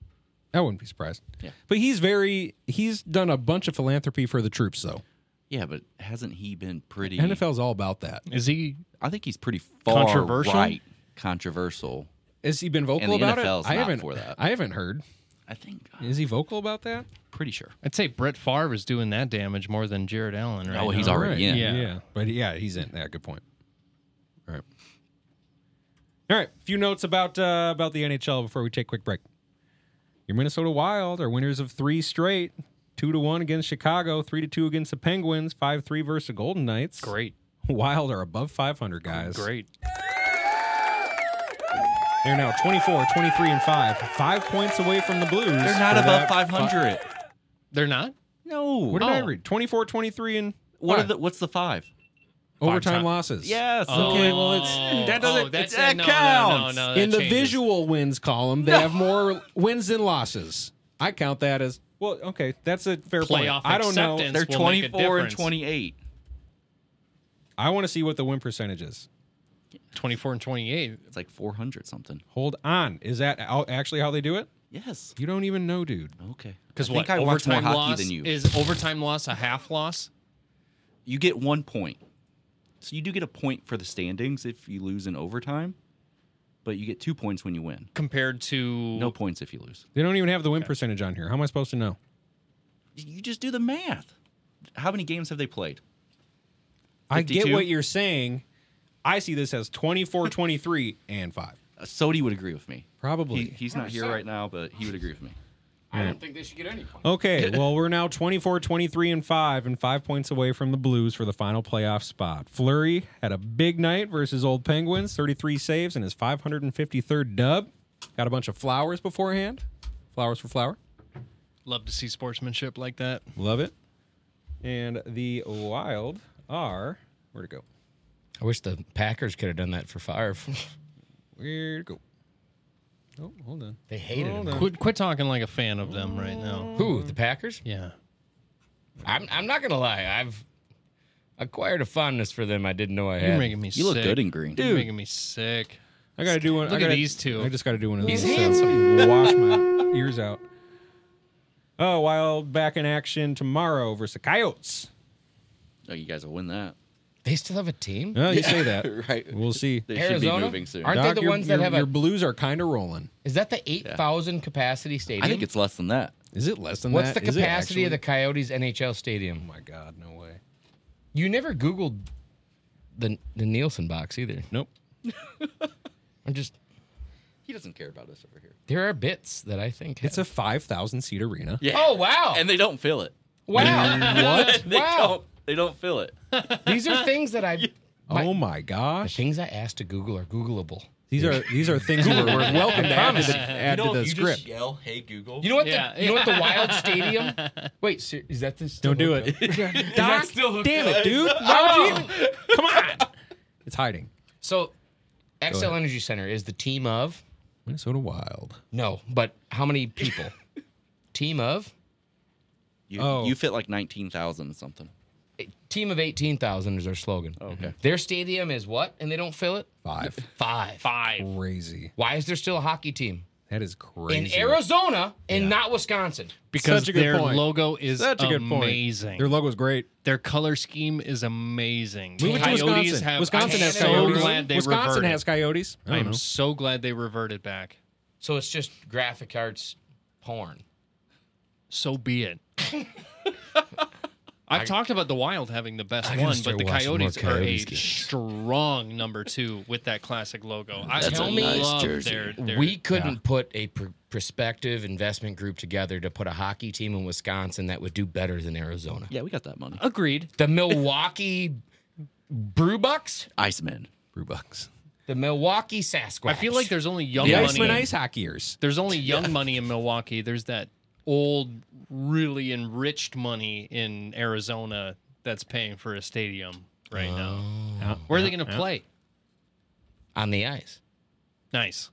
S2: I wouldn't be surprised.
S3: Yeah.
S2: But he's very he's done a bunch of philanthropy for the troops though.
S3: Yeah, but hasn't he been pretty?
S2: NFL's all about that.
S4: Is he
S3: I think he's pretty far
S4: Controversial?
S3: right. Controversial.
S2: Has he been vocal
S3: And the
S2: about
S3: NFL's
S2: it? I
S3: not
S2: haven't
S3: for that.
S2: I haven't heard.
S3: I think. I'm
S2: Is he vocal about that?
S3: pretty sure.
S4: I'd say Brett Favre is doing that damage more than Jared Allen right
S3: Oh, he's
S4: now.
S3: already
S2: Right.
S3: in.
S4: Yeah.
S2: But yeah, he's in. Yeah, good point. All right. All right. A few notes about uh, about the NHL before we take a quick break. Your Minnesota Wild are winners of three straight. Two to one against Chicago, three to two against the Penguins, five three versus the Golden Knights.
S4: Great.
S2: Wild are above five hundred guys.
S4: Great.
S2: They're now 24, 23, and five. Five points away from the Blues.
S3: They're not
S2: for
S3: above
S2: that-
S3: 500.
S4: They're not?
S3: No.
S2: What
S3: What,
S2: did I
S4: Oh.
S2: read? 24, 23, and
S3: are
S2: five.
S3: the what's the 5?
S2: overtime
S1: time-
S2: losses?
S3: Yes.
S4: Okay,
S2: Oh,
S4: well, it's- that doesn't- that counts. Oh, No, that
S2: in the
S4: changes.
S2: visual wins column, they have more wins than losses. I count that as well. Okay, that's a fair
S4: Playoff
S2: point. I don't know.
S4: acceptance.
S3: They're
S4: will make a
S3: 24 and
S4: difference.
S3: 28.
S2: I want to see what the win percentage is.
S4: 24 and 28.
S3: It's like 400 something.
S2: Hold on, is that out- actually how they do it?
S3: Yes.
S2: You don't even know, dude.
S3: Okay.
S4: Because
S3: I
S4: what?
S3: think I watch more
S4: overtime
S3: hockey
S4: loss
S3: than you.
S4: Is overtime loss a half loss?
S3: you get one point. So you do get a point for the standings if you lose in overtime, but you get two points when you win.
S4: compared to
S3: No points if you lose.
S2: They don't even have the win percentage on here. How am I supposed to know?
S3: You just do the math. How many games have they played?
S2: I get
S3: 52?
S2: what you're saying. I see this as 24, 23, and five.
S3: Uh, Sodi would agree with me.
S2: Probably.
S3: He, he's not here right now, but he would agree with me.
S1: I don't think they should get any points.
S2: Okay, well, we're now 24, 23, and 5, and five points away from the Blues for the final playoff spot. Flurry had a big night versus Old Penguins, 33 saves, and his 553rd dub. Got a bunch of flowers beforehand. Flowers for flower.
S4: love to see sportsmanship like that.
S2: Love it. And the Wild are. Where'd it go?
S1: I wish the Packers could have done that for Favre.
S2: Where'd it go? Oh, hold on.
S1: they hated
S2: Hold
S1: him.
S2: on.
S4: Quit quit talking like a fan of them right
S2: Mm.
S4: now.
S1: Who? The Packers?
S4: Yeah.
S1: I'm, I'm not gonna lie. I've acquired a fondness for them. I didn't know I
S4: You're
S1: had.
S4: making me sick.
S3: You look good in green.
S4: You're making me sick.
S2: I gotta do one.
S4: Look
S2: I
S4: at
S2: gotta,
S4: these two.
S2: I just gotta do one of
S1: He's
S2: these. so
S1: handsome.
S2: Wash my ears out. Oh, Wild back in action tomorrow versus the Coyotes.
S3: Oh, you guys will win that.
S1: they still have a team.
S2: Oh, you say that.
S3: right.
S2: We'll see.
S3: They should
S1: Arizona?
S3: be moving soon.
S1: Aren't- they the
S2: your-
S1: ones that
S2: your-
S1: have a-
S2: your Blues are kind of rolling?
S1: Is that the eight thousand capacity stadium?
S3: I think it's less than that.
S2: Is it less than
S1: What's
S2: that?
S1: the
S2: Is it
S1: capacity of the
S2: actually?
S1: Coyotes NHL stadium?
S2: Oh my God, no way.
S1: You never Googled the the Nielsen box either.
S2: Nope.
S1: I'm just
S3: He doesn't care about us over here.
S1: there are bits that I think
S2: It's a five thousand seat arena.
S3: Yeah.
S1: Oh wow!
S3: And they don't feel it.
S1: wow!
S3: What? they
S1: Wow.
S3: don't. They don't feel it.
S1: These are things that I
S2: oh my
S1: the
S2: gosh.
S1: things I asked to Google are Googleable.
S2: These are these are things that we're we're welcome to add to
S1: promise
S2: the,
S1: you.
S2: add to the script.
S3: yell, "Hey Google,"
S1: You know what?
S4: Yeah.
S1: The, you know what? The Wild Stadium. Wait, ser- is that this?
S2: Don't do it. Doc, damn it, dude. Why would you even- Come on. It's hiding.
S1: So, XL Energy Center is the team of
S2: Minnesota Wild.
S1: no, but how many people? team of
S3: you,
S2: Oh.
S3: you fit like nineteen thousand something.
S1: Eh, team of eighteen thousand is their slogan.
S3: okay.
S1: Their stadium is what, and they don't fill it.
S2: Five.
S1: Five.
S4: Five.
S2: Crazy.
S1: Why is there still a hockey team
S2: That is crazy.
S1: in Arizona and not Wisconsin?
S4: Because
S2: Such a good
S4: their
S2: point.
S4: logo is
S2: Such a good point.
S4: amazing.
S2: Their logo's great.
S4: Their color scheme is amazing.
S2: Move it to
S4: coyotes
S2: Wisconsin.
S4: have.
S2: Wisconsin
S4: I'm
S2: has
S4: so
S2: coyotes.
S4: glad they
S2: Wisconsin
S4: reverted.
S2: has coyotes. I
S4: I
S2: don't
S4: am
S2: know.
S4: so glad they reverted back.
S1: So it's just graphic arts porn.
S4: So be it. I've talked about the Wild having the best one, but
S1: start
S4: the
S1: watching more
S4: Coyotes,
S1: Coyotes
S4: are a
S1: games.
S4: strong number two with that classic logo. I
S1: That's
S4: tell
S1: a
S4: me,
S1: nice
S4: love
S3: jersey.
S4: Their, their,
S1: we couldn't put a pr- prospective investment group together to put a hockey team in Wisconsin that would do better than Arizona.
S3: Yeah, we got that money.
S4: agreed.
S1: The Milwaukee Brewbucks,
S3: Iceman.
S2: Brew bucks.
S1: the Milwaukee Sasquatch.
S4: I feel like there's only young
S2: The
S4: money.
S2: Iceman ice hockeyers.
S4: There's only young money in Milwaukee. There's that old, really enriched money in Arizona that's paying for a stadium right now.
S1: Oh.
S4: Where are they going to play?
S1: on the ice.
S4: Nice.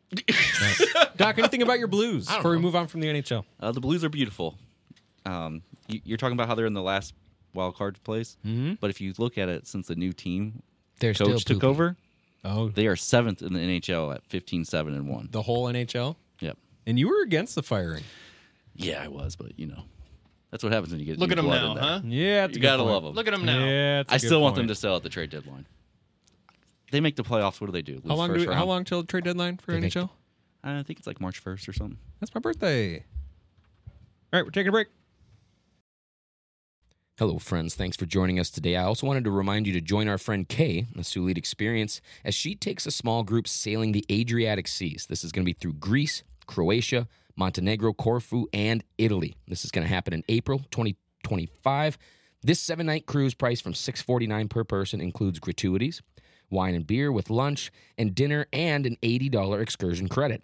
S2: Doc, anything about your Blues
S1: don't
S2: before we
S1: know.
S2: move on from the NHL?
S3: Uh, the Blues are beautiful. Um, you, you're talking about how they're in the last wild card place, mm-hmm. but if you look at it since the new team
S1: They're still
S3: coach took
S1: pooping.
S3: over,
S2: Oh,
S3: they are seventh in the NHL at 15-7 and one.
S2: the whole NHL.
S3: Yep.
S2: And you were against the firing.
S3: Yeah, I was, but you know, that's what happens when you get
S4: Look
S3: new
S4: at them
S3: blood
S4: now,
S3: in there.
S4: huh?
S2: Yeah,
S3: You gotta love them.
S4: Look at them now.
S3: I still want them to sell at the trade deadline. They make the playoffs. What do they do? Lose
S2: How long? Do
S3: first
S2: we, how
S3: round?
S2: long till trade deadline for
S1: They make
S2: NHL?
S3: I think it's like March first or something.
S2: That's my birthday. All right, we're taking a break.
S1: Hello, friends. Thanks for joining us today. I also wanted to remind you to join our friend Kay, a Sioux Lead Experience, as she takes a small group sailing the Adriatic Seas. This is going to be through Greece, Croatia, Montenegro, Corfu, and Italy. This is going to happen in April 2025. This seven night cruise price from $649 per person includes gratuities, wine and beer with lunch, and dinner, and an $80 excursion credit.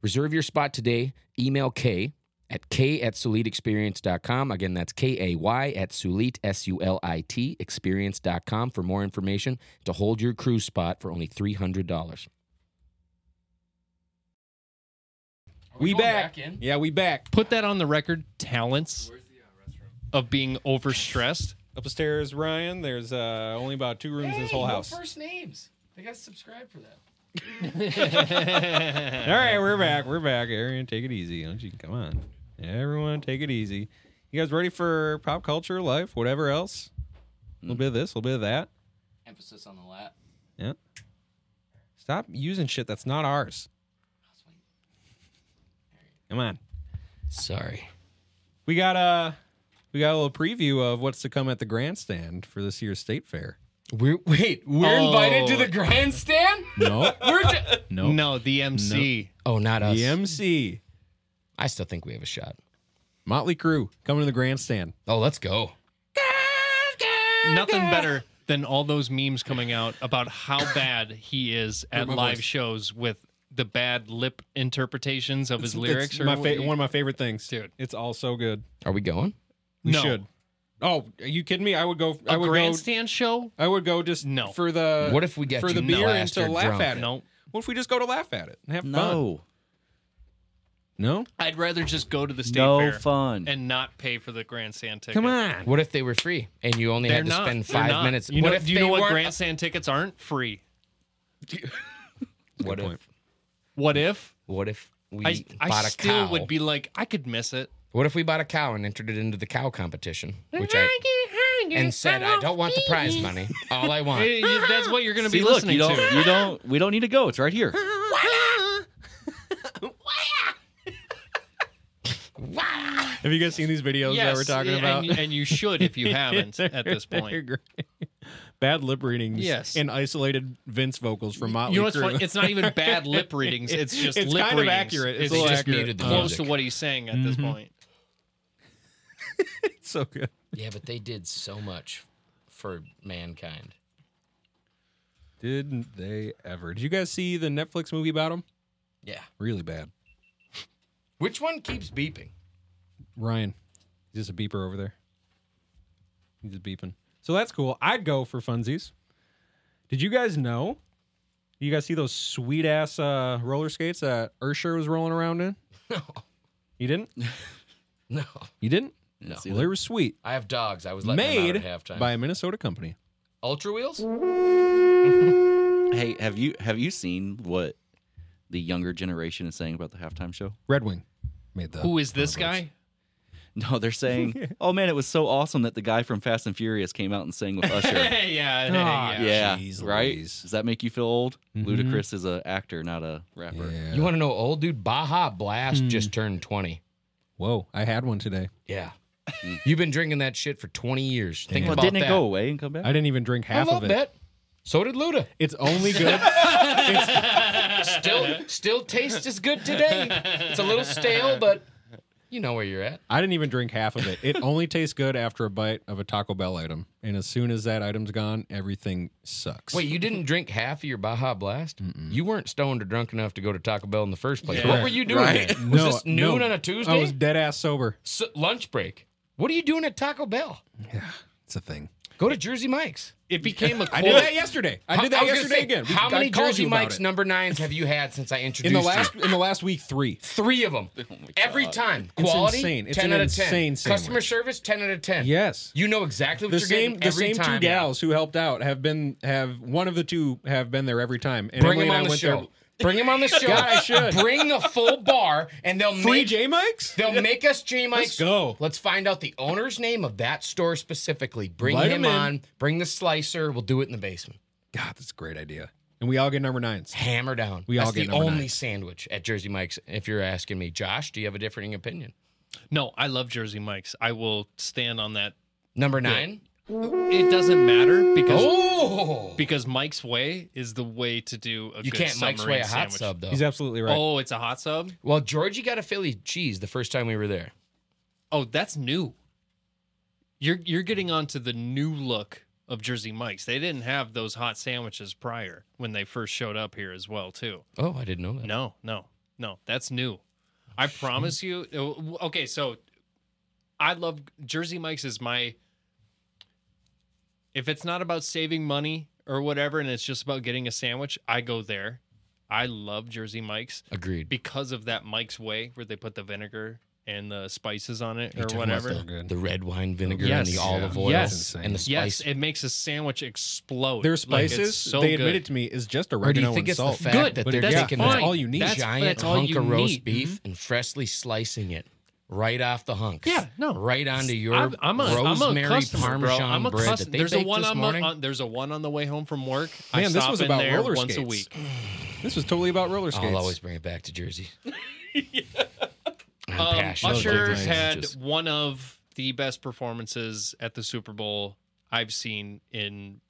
S1: Reserve your spot today. Email Kay at K at SulitExperience.com. Again, that's K A Y at Sulit, S U L I T, experience.com for more information to hold your cruise spot for only $300.
S2: We, back. Yeah, we back.
S4: Put that on the record. Talents uh, of being overstressed.
S2: Upstairs, Ryan. There's uh, only about two rooms in this whole house.
S1: first names. They got to subscribe for that.
S2: All right, we're back. We're back. Arian, take it easy. Don't you come on? Everyone, take it easy. You guys ready for pop culture, life, whatever else? A
S1: Mm.
S2: little bit of this, a little bit of that.
S1: Emphasis on the lat.
S2: Yeah. Stop using shit that's not ours. Come on.
S1: Sorry.
S2: We got a we got a little preview of what's to come at the grandstand for this year's state fair.
S1: We're, wait, we're invited to
S4: Oh.
S1: the grandstand?
S2: No,
S1: We're ju-
S2: no,
S4: No, the MC.
S1: oh, not us.
S2: The MC
S1: I still think we have a shot.
S2: Motley Crue coming to the grandstand.
S1: Oh, let's go.
S4: Nothing better than all those memes coming out about how bad he is at
S2: my
S4: live
S2: voice.
S4: shows with the bad lip interpretations of his
S2: It's-
S4: lyrics.
S2: it's
S4: or
S2: my
S4: what
S2: fa-
S4: you-
S2: one of my favorite things,
S4: Dude.
S2: It's all so good.
S1: Are we going?
S2: We
S4: No.
S2: should. Oh, are you kidding me? I would go. I
S4: a
S2: would
S4: grandstand show?
S2: go. I would go just
S4: No.
S2: for the
S1: What if we get
S2: for the
S1: you
S2: beer and
S1: blasted
S2: to laugh
S1: drunk?
S2: at it?
S4: No.
S2: What if we just go to laugh at it and have fun?
S3: No,
S2: No,
S4: I'd rather just go to the state
S3: no
S4: fair
S3: fun.
S4: and not pay for the grandstand ticket.
S2: come on.
S1: What if they were free and you only
S4: They're
S1: had to
S4: not.
S1: spend
S4: They're
S1: 5
S4: not.
S1: minutes?
S4: You
S1: what
S4: know,
S1: if
S4: do you
S1: they
S4: know what
S1: weren't-
S4: grandstand tickets aren't free?
S1: What if?
S4: What if
S1: What if we
S4: I, I
S1: bought a
S4: still
S1: cow?
S4: would be like I could miss it.
S1: what if we bought a cow and entered it into the cow competition, which I and said I don't want the prize money. All I want.
S4: Hey, you- that's what you're going to be
S3: See, look,
S4: listening
S3: you don't,
S4: to.
S3: you don't, we don't need to go. It's right here.
S2: Have you guys seen these videos that we're talking
S4: and-
S2: about?
S4: and, you should if you haven't at this point.
S2: Bad lip readings.
S4: Yes.
S2: And isolated Vince vocals from Motley
S4: You know what's
S2: Crue.
S4: funny? It's not even bad lip readings. It's just
S2: It's
S4: lip
S2: kind of
S4: readings.
S2: accurate. It's
S4: It's
S2: a
S1: They
S2: little
S4: just
S1: just needed the
S4: close
S1: music.
S4: to what he's saying at this point.
S2: It's so good.
S1: Yeah, but they did so much for mankind.
S2: Didn't they ever? Did you guys see the Netflix movie about him?
S1: Yeah.
S2: Really bad.
S1: Which one keeps beeping?
S2: Ryan, is this a beeper over there? He's just beeping. So that's cool. I'd go for funsies. Did you guys know? You guys see those sweet ass uh, roller skates that Ursher was rolling around in?
S1: No.
S2: You didn't?
S1: No.
S2: You didn't?
S1: No.
S2: Well, they were sweet.
S1: I have dogs. I was letting
S2: Made
S1: them out at halftime.
S2: by a Minnesota company.
S1: Ultra Wheels?
S3: Hey, have you have you seen what the younger generation is saying about the halftime show?
S2: Red Wing made the.
S4: Who is this guy?
S3: No, they're saying, "Oh man, it was so awesome that the guy from Fast and Furious came out and sang with Usher."
S4: Hey, yeah,
S2: Ah,
S4: yeah.
S3: yeah,
S2: Jeez
S3: right.
S2: Louise.
S3: Does that make you feel old?
S2: Mhm.
S3: Ludacris is a actor, not a rapper.
S2: Yeah.
S1: You want to know old dude Baja
S2: Hmm.
S1: Blast just turned 20.
S2: Whoa, I had one today.
S1: Yeah. You've been drinking that shit for 20 years. Think
S3: Well,
S1: about
S3: didn't
S1: that.
S3: it go away and come back?
S2: I didn't even drink half
S1: a little
S2: of it.
S1: bit. So did Luda.
S2: It's only good.
S1: Still, still tastes as good today. It's a little stale, but you know where you're at.
S2: I didn't even drink half of it. It only tastes good after a bite of a Taco Bell item. And as soon as that item's gone, everything sucks.
S1: Wait, you didn't drink half of your Baja Blast? You weren't stoned or drunk enough to go to Taco Bell in the first place.
S4: Yeah.
S1: What were you doing?
S3: Right.
S1: there? Was
S2: No,
S1: this noon
S2: no.
S1: on a
S2: I
S1: Tuesday?
S2: was dead ass sober.
S1: S- lunch break. What are you doing at Taco Bell?
S2: It's a thing.
S1: Go to Jersey Mike's.
S4: It became a quote.
S2: I did that yesterday. I did that
S1: was gonna
S2: yesterday
S1: say,
S2: again. We-
S1: How
S2: I
S1: many
S2: called
S1: Jersey
S2: you about
S1: Mike's
S2: it.
S1: number nines have you had since I
S2: in
S1: introduced
S2: the
S1: you?
S2: last in the last week? Three.
S1: Three of them.
S4: Oh
S1: Every time. Quality,
S2: insane. It's
S1: 10
S2: an
S1: out of 10.
S2: insane sandwich.
S1: Customer service, 10 out of 10.
S2: Yes.
S1: You know exactly what
S2: The
S1: you're
S2: same
S1: getting
S2: the
S1: every
S2: same
S1: time.
S2: two gals who helped out have been have one of the two have been there every time. And
S1: Bring
S2: Emily
S1: him
S2: and I
S1: on the
S2: went
S1: show.
S2: there-
S1: Bring him on the show.
S2: God, I should.
S1: Bring the full bar, and they'll
S2: Free
S1: make
S2: J Mikes?
S1: they'll make us J Mike's.
S2: go.
S1: Let's find out the owner's name of that store specifically. Bring
S2: Let him
S1: him
S2: in.
S1: on. Bring the slicer. We'll do it in the basement.
S2: God, that's a great idea. And we all get number nines.
S1: Hammer down.
S2: We all
S1: That's
S2: get
S1: the
S2: number
S1: only
S2: nine.
S1: sandwich at Jersey Mike's. If you're asking me, Josh, do you have a differing opinion?
S4: No, I love Jersey Mike's. I will stand on that.
S1: Number nine.
S4: It doesn't matter because
S1: Oh,
S4: because Mike's way is the way to do a
S1: you
S4: good
S1: can't Mike's
S4: submarine
S1: way a hot
S4: sandwich.
S1: sub though.
S2: He's absolutely right.
S4: Oh, it's a hot sub.
S1: well, Georgie got a Philly cheese the first time we were there.
S4: Oh, that's new. You're you're getting onto the new look of Jersey Mike's. They didn't have those hot sandwiches prior when they first showed up here as well, too.
S1: Oh, I didn't know that.
S4: No, no, no. That's new. I promise you. oh, Okay, so I love Jersey Mike's is my. If it's not about saving money or whatever, and it's just about getting a sandwich, I go there. I love Jersey Mike's
S1: Agreed.
S4: because of that Mike's way where they put the vinegar and the spices on it
S1: You're
S4: or
S1: talking about
S4: whatever.
S1: The, the red wine vinegar and
S4: Yes.
S1: the
S4: Yeah.
S1: olive oil
S4: Yes.
S1: and the spice.
S4: Yes, it makes a sandwich explode.
S2: Their
S4: Like, it's
S2: spices,
S4: so
S2: they
S4: good.
S2: admitted to me, is just
S1: Or do
S2: oregano
S1: you think
S2: and
S1: it's
S2: salt.
S1: the fact
S4: Good,
S1: that
S2: but
S1: they're
S2: that's
S1: taking
S2: fine.
S1: that
S2: That's all you need.
S1: that
S4: That's-
S1: giant
S4: that's all
S1: hunk
S4: you
S1: of roast
S4: need. Mm-hmm.
S1: beef and freshly slicing it right off the hunk?
S4: Yeah, no.
S1: right onto your
S4: I'm, I'm a, I'm a
S1: rosemary
S4: customer,
S1: parmesan
S4: bro. I'm a
S1: bread
S4: custom-
S1: that they
S4: there's a
S1: baked
S4: one
S1: this
S4: on, my-
S1: morning.
S4: on- there's a one on the way home from work. I
S2: Man, this
S4: stop
S2: was
S4: in
S2: about
S4: there
S2: roller
S4: once a
S2: skates.
S4: week.
S2: This was totally about roller skates.
S1: I'll always bring it back to Jersey. I'm
S4: Um,
S1: passionate. about
S4: Usher
S1: those
S4: had
S1: sandwiches.
S4: one of the best performances at the Super Bowl I've seen in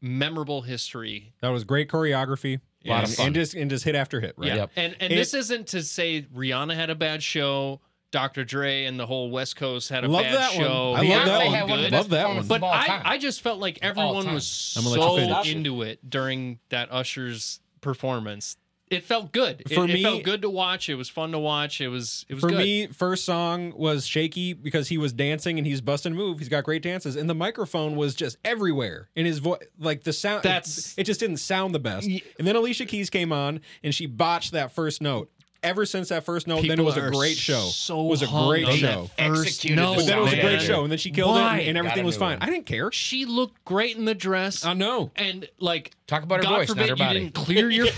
S4: memorable history.
S2: That was great choreography.
S1: Lot of
S2: and,
S1: fun.
S2: and just and just hit after hit, right?
S4: Yeah,
S1: Yep.
S4: and and
S2: It-
S4: this isn't to say Rihanna had a bad show. Dr. Dre and the whole West Coast had a
S2: Love
S4: bad
S2: that one.
S4: show.
S2: I
S4: They
S2: love
S4: were
S1: Beyonce
S2: that
S4: all
S1: had
S2: one.
S1: of the
S4: good.
S2: Love
S1: best
S2: that one.
S1: performances
S4: But
S1: of all
S4: I,
S1: time.
S4: I just felt like
S1: Of all
S4: everyone
S1: time.
S4: was
S2: I'm gonna let you
S4: so
S2: finish.
S4: into it during that Usher's performance. It felt good. It,
S2: For
S4: it
S2: me-
S4: felt good to watch. It was fun to watch. It was it was
S2: For
S4: good.
S2: me, first song was shaky because he was dancing and he's busting move. He's got great dances, and the microphone was just everywhere. And his voice, like the sound,
S4: That's-
S2: it, just didn't sound the best.
S4: Ye-
S2: And then Alicia Keys came on and she botched that first note. Ever since that first note, then it
S4: People
S2: was a
S4: are
S2: great show.
S4: So
S2: It was a
S4: hung
S2: great
S4: on
S2: show.
S4: that first
S1: Executed
S4: note.
S1: the
S2: But then it was a
S1: Dominator.
S2: great show, and then she killed
S4: Why?
S2: it, and
S1: Gotta
S2: everything was
S1: do
S2: fine.
S1: it.
S2: I didn't care.
S4: She looked great in the dress.
S2: I know.
S4: and like
S1: Talk about her
S4: God
S1: voice,
S4: forbid
S1: not her
S4: you
S1: body.
S4: didn't clear your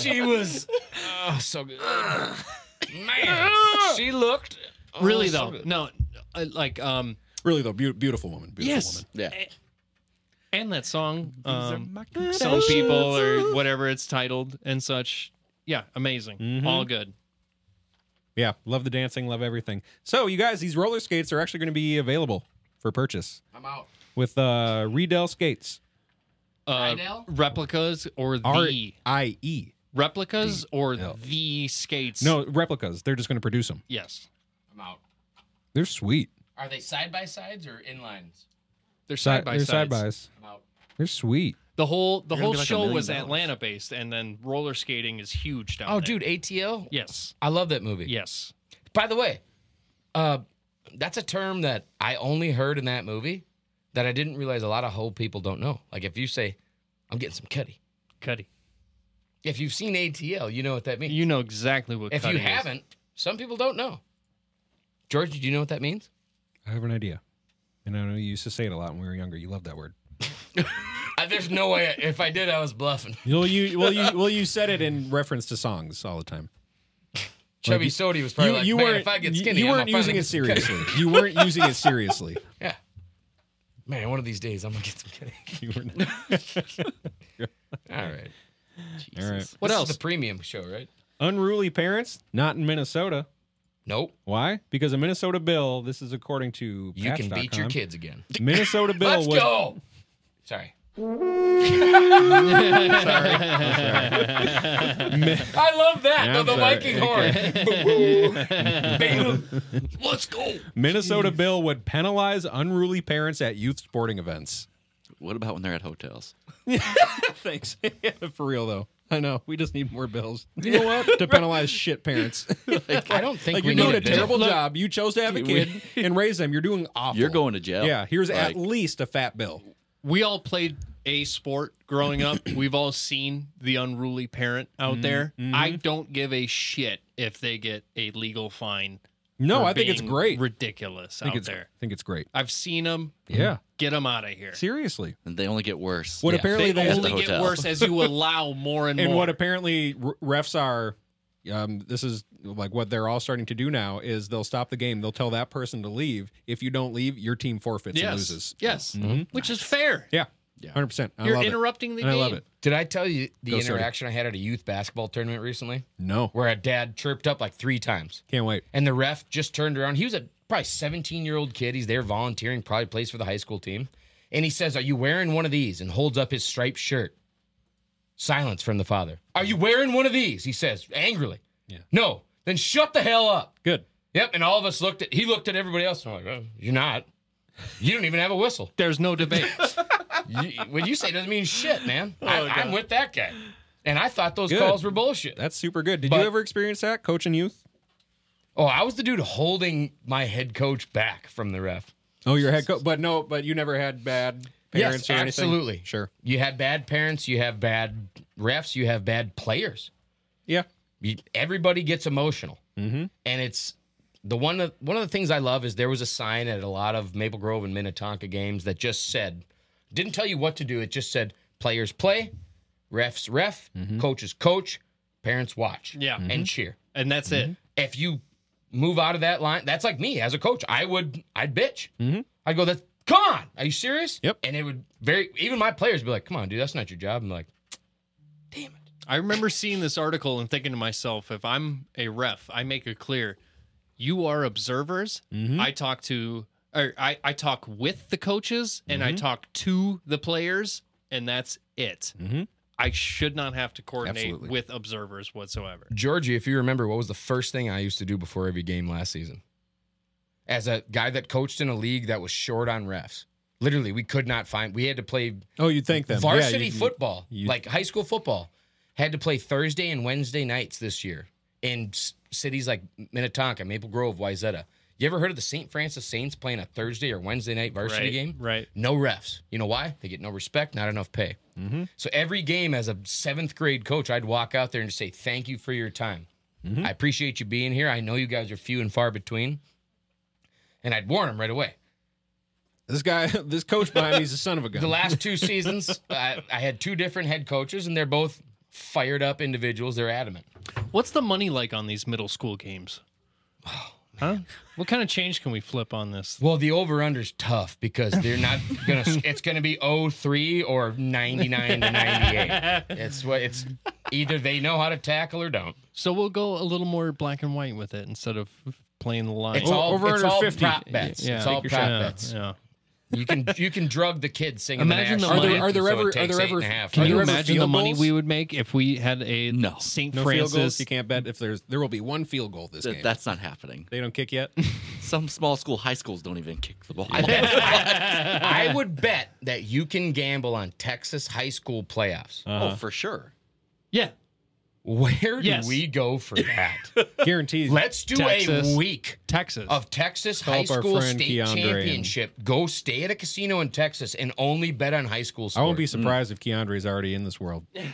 S1: she was oh, so good. Man, she looked oh,
S4: really
S1: so
S4: though.
S1: good.
S4: No, I- like um
S2: Really though, beau- beautiful woman. Beautiful
S4: yes.
S2: woman.
S3: Yeah.
S4: A- And that song um, some
S3: Some
S4: people or whatever it's titled and such. Yeah, amazing.
S2: Mhm.
S4: All good.
S2: Yeah, love the dancing, love everything. So you guys, these roller skates are actually going to be available for purchase
S1: I'm out.
S2: with uh Redell Skates.
S4: Uh,
S1: Rydell?
S4: replicas or the
S2: R I E.
S4: replicas or
S2: D-L.
S4: the skates?
S2: No replicas. They're just going to produce them.
S4: Yes.
S1: I'm out.
S2: They're sweet.
S1: Are they side by sides or inlines?
S4: They're side by
S2: they're
S4: side.
S2: bys.
S1: I'm out.
S2: They're sweet.
S4: The whole the
S3: They're gonna
S4: whole
S3: be like a
S4: show
S3: million
S4: was
S3: dollars.
S4: Atlanta based, and then roller skating is huge down
S1: Oh,
S4: there.
S1: dude, ATL.
S4: Yes.
S1: I love that movie.
S4: Yes.
S1: By the way, uh, that's a term that I only heard in that movie that I didn't realize a lot of whole people don't know. Like if you say, "I'm getting some cutty,"
S4: Cuddy.
S1: if you've seen ATL, you know what that means.
S4: You know exactly what.
S1: if you
S4: cutty is.
S1: haven't, some people don't know. George, do you know what that means?
S2: I have an idea. And I know you used to say it a lot when we were younger. You loved that word.
S1: Uh, there's no way. If I did, I was bluffing.
S2: Well, you well you well you said it in reference to songs all the time.
S1: Chubby
S2: you-
S1: Sody was probably
S2: You,
S1: like,
S2: you
S1: "Man,
S2: weren't
S1: if I get
S2: you-
S1: skinny,
S2: you
S1: I'm
S2: weren't
S1: gonna
S2: using
S1: finally
S2: it
S1: get some
S2: seriously. you weren't using it seriously.
S1: cutty." Yeah. Man, one of these days I'm gonna get some cutty.
S2: You were
S1: All right.
S2: All right.
S1: What
S4: This is
S1: else?
S4: the
S1: the premium show, right?
S2: Unruly parents, not in Minnesota.
S1: Nope.
S2: Why? Because a Minnesota bill, this is according to
S1: You can beat your
S2: Patch.com,
S1: kids again.
S2: Minnesota bill
S1: Let's
S2: would
S1: go. Sorry. I love that.
S2: Yeah,
S1: though,
S2: I'm
S1: the
S2: sorry.
S1: Viking horn. Bam. Let's go.
S2: Minnesota bill would penalize unruly parents at youth sporting events.
S3: What about when they're at hotels?
S2: Thanks. For real though. I know. We just need more bills. You know what? to penalize shit parents.
S1: I don't think
S2: like
S1: we
S2: you're
S1: need
S2: doing a
S1: bill.
S2: terrible job. You chose to have a kid and raise them. You're doing awful.
S3: You're going to jail.
S2: Yeah, here's
S3: Like,
S2: at least a fat bill.
S4: we all played a sport growing up. We've all seen the unruly parent
S2: Mm-hmm.
S4: out there. I don't give a shit if they get a legal fine.
S2: No,
S4: for
S2: I think it's
S4: being
S2: great.
S4: Ridiculous
S2: I think
S4: out
S2: it's
S4: there.
S2: I think it's great.
S4: I've seen them.
S2: Yeah.
S4: Get them out of here.
S2: Seriously.
S3: and they only get worse.
S2: What
S1: Yeah.
S2: apparently
S4: They
S2: they
S3: at
S4: only
S3: the
S4: get
S3: hotel.
S4: worse as you allow more and,
S2: and
S4: more.
S2: what apparently r- refs are um, this is like what they're all starting to do now is they'll stop the game they'll tell that person to leave if you don't leave your team forfeits
S4: yes.
S2: and loses Mm-hmm.
S4: Yes. Which is fair.
S2: yeah hundred percent. I
S4: You're
S2: love it.
S4: interrupting the
S2: And I
S4: game.
S2: love it.
S1: Did I tell you the
S2: Go, Sordy.
S1: interaction I had at a youth basketball tournament recently
S2: No,
S1: where a dad chirped up like three times?
S2: can't wait.
S1: And the ref just turned around. He was a probably 17 year old kid. He's there volunteering, probably plays for the high school team. And he says, Are you wearing one of these? And holds up his striped shirt. Silence from the father. Are you wearing one of these? He says angrily.
S2: Yeah.
S1: No. Then shut the hell up.
S2: Good.
S1: Yep. And all of us looked at, he looked at everybody else. And I'm like, "Oh, You're not. You don't even have a whistle.
S4: There's no debate.
S1: You, what you say doesn't mean shit, man. I,
S4: Oh,
S1: I'm
S4: God.
S1: with that guy. And I thought those
S2: Good.
S1: calls were bullshit.
S2: That's super good. Did
S1: But-
S2: you ever experience that coaching youth?
S1: Oh, I was the dude holding my head coach back from the ref.
S2: Oh, your head coach, but no, but you never had bad parents
S1: Yes,
S2: or anything.
S1: absolutely.
S2: Sure.
S1: You have bad parents, you have bad refs, you have bad players.
S2: Yeah.
S1: You, everybody gets emotional. Mm-hmm. And it's the one of, one of the things I love is there was a sign at a lot of Maple Grove and Minnetonka games that just said, didn't tell you what to do. It just said, players play, refs ref, coaches coach, parents watch
S4: Yeah.
S1: and cheer.
S4: and that's
S2: Mm-hmm.
S4: it.
S1: If you move out of that line, that's like me as a coach. I would, I'd bitch. I'd go, that's, come on, are you serious?
S2: Yep.
S1: And it would very, even my players would be like, come on, dude, that's not your job. I'm like, damn it.
S4: I remember seeing this article and thinking to myself, if I'm a ref, I make it clear you are observers.
S1: Mm-hmm.
S4: I talk to or I, I talk with the coaches and
S1: Mm-hmm.
S4: I talk to the players, and that's it.
S1: Mm-hmm.
S2: Mhm.
S4: I should not have to coordinate
S3: Absolutely.
S4: with observers whatsoever.
S1: Georgie, if you remember, what was the first thing I used to do before every game last season? As a guy that coached in a league that was short on refs, literally, we could not find, we had to play
S2: Oh, you'd think them.
S1: varsity
S2: yeah, you-
S1: football,
S2: you-
S1: like high school football, had to play Thursday and Wednesday nights this year in s- cities like Minnetonka, Maple Grove, Wayzata. You ever heard of the St. Francis Saints playing a Thursday or Wednesday night varsity
S4: right?
S1: game?
S4: Right.
S1: No refs. You know why? They get no respect, not enough pay.
S2: Mm-hmm.
S1: So every game, as a seventh grade coach, I'd walk out there and just say, "Thank you for your time.
S2: Mm-hmm.
S1: I appreciate you being here. I know you guys are few and far between." And I'd warn them right away.
S2: This guy, this coach behind me, is a son of a gun.
S1: The last two seasons, I, I had two different head coaches, and they're both fired up individuals. They're adamant.
S4: What's the money like on these middle school games? Huh? What kind of change can we flip on this?
S1: Well, the over under's tough because they're not gonna. it's gonna be 03 or 99 to 98. It's what it's. Either they know how to tackle or don't.
S4: So we'll go a little more black and white with it instead of playing the line. Oh,
S1: It's
S2: O-
S1: all
S2: over
S1: it's
S2: under
S1: all
S2: 50.
S1: prop bets. it's all prop bets.
S4: Yeah.
S1: You can you can drug the kids singing.
S4: Imagine
S1: the
S4: the
S1: national
S4: money-
S1: anthem,
S2: Are there- are there
S1: so
S2: ever-
S1: it takes
S2: are there
S1: eight and
S2: ever-
S1: a half
S2: Can
S4: Can
S1: hours.
S4: you
S2: there ever
S4: imagine the
S2: field
S4: money
S2: goals?
S4: we would make if we had a
S3: No.
S4: St.
S2: no field goals.
S4: Francis?
S2: You can't bet if there's there will be one field goal this
S3: Th-
S2: game.
S3: that's not happening.
S2: they don't kick yet.
S3: Some small school, high schools don't even kick the ball.
S1: I would bet that you can gamble on Texas high school playoffs.
S3: oh, for sure.
S4: Yeah.
S1: Where do
S4: Yes.
S1: we go for that?
S2: Guaranteed.
S1: Let's do
S4: Texas.
S1: a week
S4: Texas.
S1: of Texas
S2: Help
S1: high
S2: our
S1: school
S2: friend
S1: state
S2: Keandre and-
S1: championship. Go stay at a casino in Texas and only bet on high school.
S2: I
S1: Sport.
S2: won't be surprised if Keandre is already in this world. Let's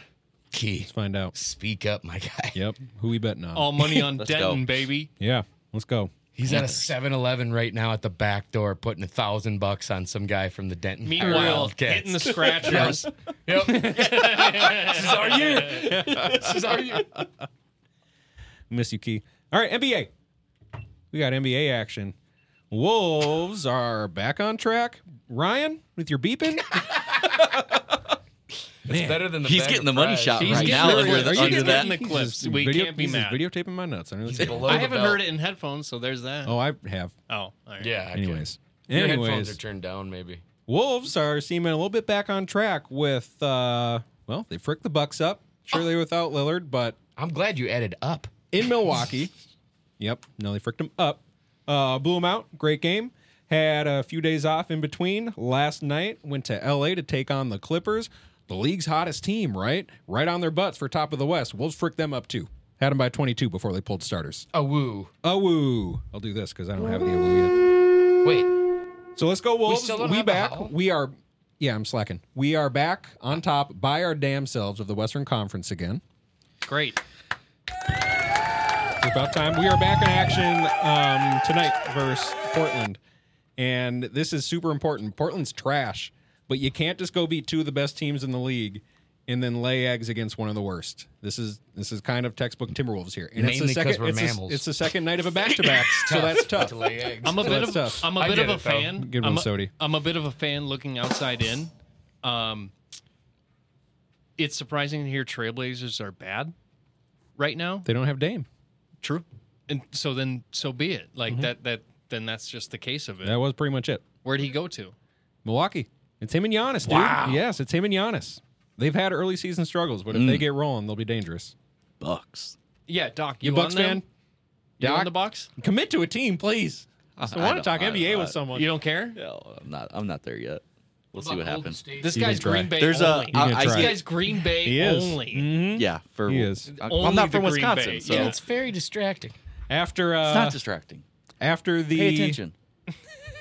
S1: key.
S2: find out.
S1: Speak up, my guy.
S2: Yep. Who we betting on?
S4: all money on
S3: Let's
S4: Denton,
S3: go.
S4: baby.
S2: yeah. Let's go.
S1: He's at a 7-Eleven right now at the back door, putting a thousand bucks on some guy from the Denton
S4: Meanwhile,
S1: Wildcats.
S4: hitting the scratchers.
S1: Yep. this is our year. This is our year.
S2: Miss you, Key. All right, NBA. We got NBA action. Wolves are back on track. Ryan, with your beeping.
S1: It's better than the.
S3: He's
S1: bag
S3: getting
S1: of
S3: the money
S1: fries.
S3: shot
S4: He's
S3: right
S4: getting
S3: now
S4: the-
S3: under,
S4: are
S3: the-
S4: you
S3: under
S4: getting
S3: that.
S4: the- clips. We can't be
S2: he's just
S4: mad.
S2: videotaping my nuts. under the table.
S1: below
S4: I
S1: the
S4: haven't
S1: belt.
S4: heard it in headphones, so there's that.
S2: Oh, I have.
S4: Oh, all right.
S1: Yeah. I can.
S2: Anyways.
S1: Your headphones are
S2: Anyways.
S1: turned down, maybe.
S2: Wolves are seeming a little bit back on track with uh well, they fricked the Bucks up. Sure they were without Lillard, but
S1: I'm glad you added up.
S2: in Milwaukee. yep. No, they fricked him up. Uh, blew him out. Great game. Had a few days off in between. Last night went to L.A. to take on the Clippers, the league's hottest team. Right, right on their butts for top of the West. Wolves fricked them up too. Had them by 22 before they pulled starters.
S1: A woo.
S2: Oh, woo. I'll do this because I don't have the awoo
S1: Wait.
S2: yet. So let's go Wolves.
S1: still don't
S2: We
S1: have the
S2: back.
S1: howl?
S2: We are. Yeah, I'm slacking. We are back on top by our damn selves of the Western Conference again.
S4: Great.
S2: It's about time. We are back in action um, tonight versus Portland. And this is super important. Portland's trash, but you can't just go beat two of the best teams in the league and then lay eggs against one of the worst. This is this is kind of textbook Timberwolves here. And
S1: Mainly
S2: it's the
S1: 'cause
S2: 2nd
S1: we're
S2: it's,
S1: mammals.
S2: The, it's the second night of a back to back, so that's tough.
S1: To lay eggs.
S4: I'm a
S2: So
S4: bit
S2: that's
S4: of
S2: tough.
S4: I'm a
S1: I
S4: bit
S1: get
S4: of
S1: it,
S4: a
S1: though.
S4: fan.
S2: Good
S4: I'm
S2: one,
S4: a,
S2: Sody.
S4: I'm a bit of a fan looking outside in. Um, it's surprising to hear Trailblazers are bad right now.
S2: They don't have Dame.
S4: True. And so then, so be it. Like that. That then that's just the case of it.
S2: That was pretty much it.
S4: Where'd he go to?
S2: Milwaukee. It's him and Giannis, dude.
S1: Wow.
S2: Yes, it's him and Giannis. They've had early season struggles, but if
S1: Mm.
S2: they get rolling, they'll be dangerous.
S3: Bucks.
S4: Yeah, Doc.
S2: You
S4: You,
S2: Bucks
S4: on them?
S2: fan?
S4: You
S2: Doc?
S4: on the Bucks? Uh,
S2: Commit to a team, please. I, want to
S3: don't-
S2: talk
S3: I
S2: NBA
S3: don't-
S2: with
S3: I-
S2: someone.
S4: You don't care?
S3: No, I'm not. I'm not there yet. We'll see what happens.
S4: This
S2: You can
S4: guy's
S2: try.
S4: Green Bay
S3: There's a.
S4: only.
S2: You can
S3: I, I
S2: try.
S4: this
S2: get-
S4: guy's Green Bay
S2: He is.
S4: only.
S2: Mhm.
S3: yeah, for
S2: He is.
S3: I,
S4: Only
S3: am not from
S4: the Green
S3: Wisconsin,
S4: Bay.
S3: so
S4: Yeah.
S1: it's very distracting.
S2: After
S3: it's not
S2: uh,
S3: distracting.
S2: after the
S3: Pay attention.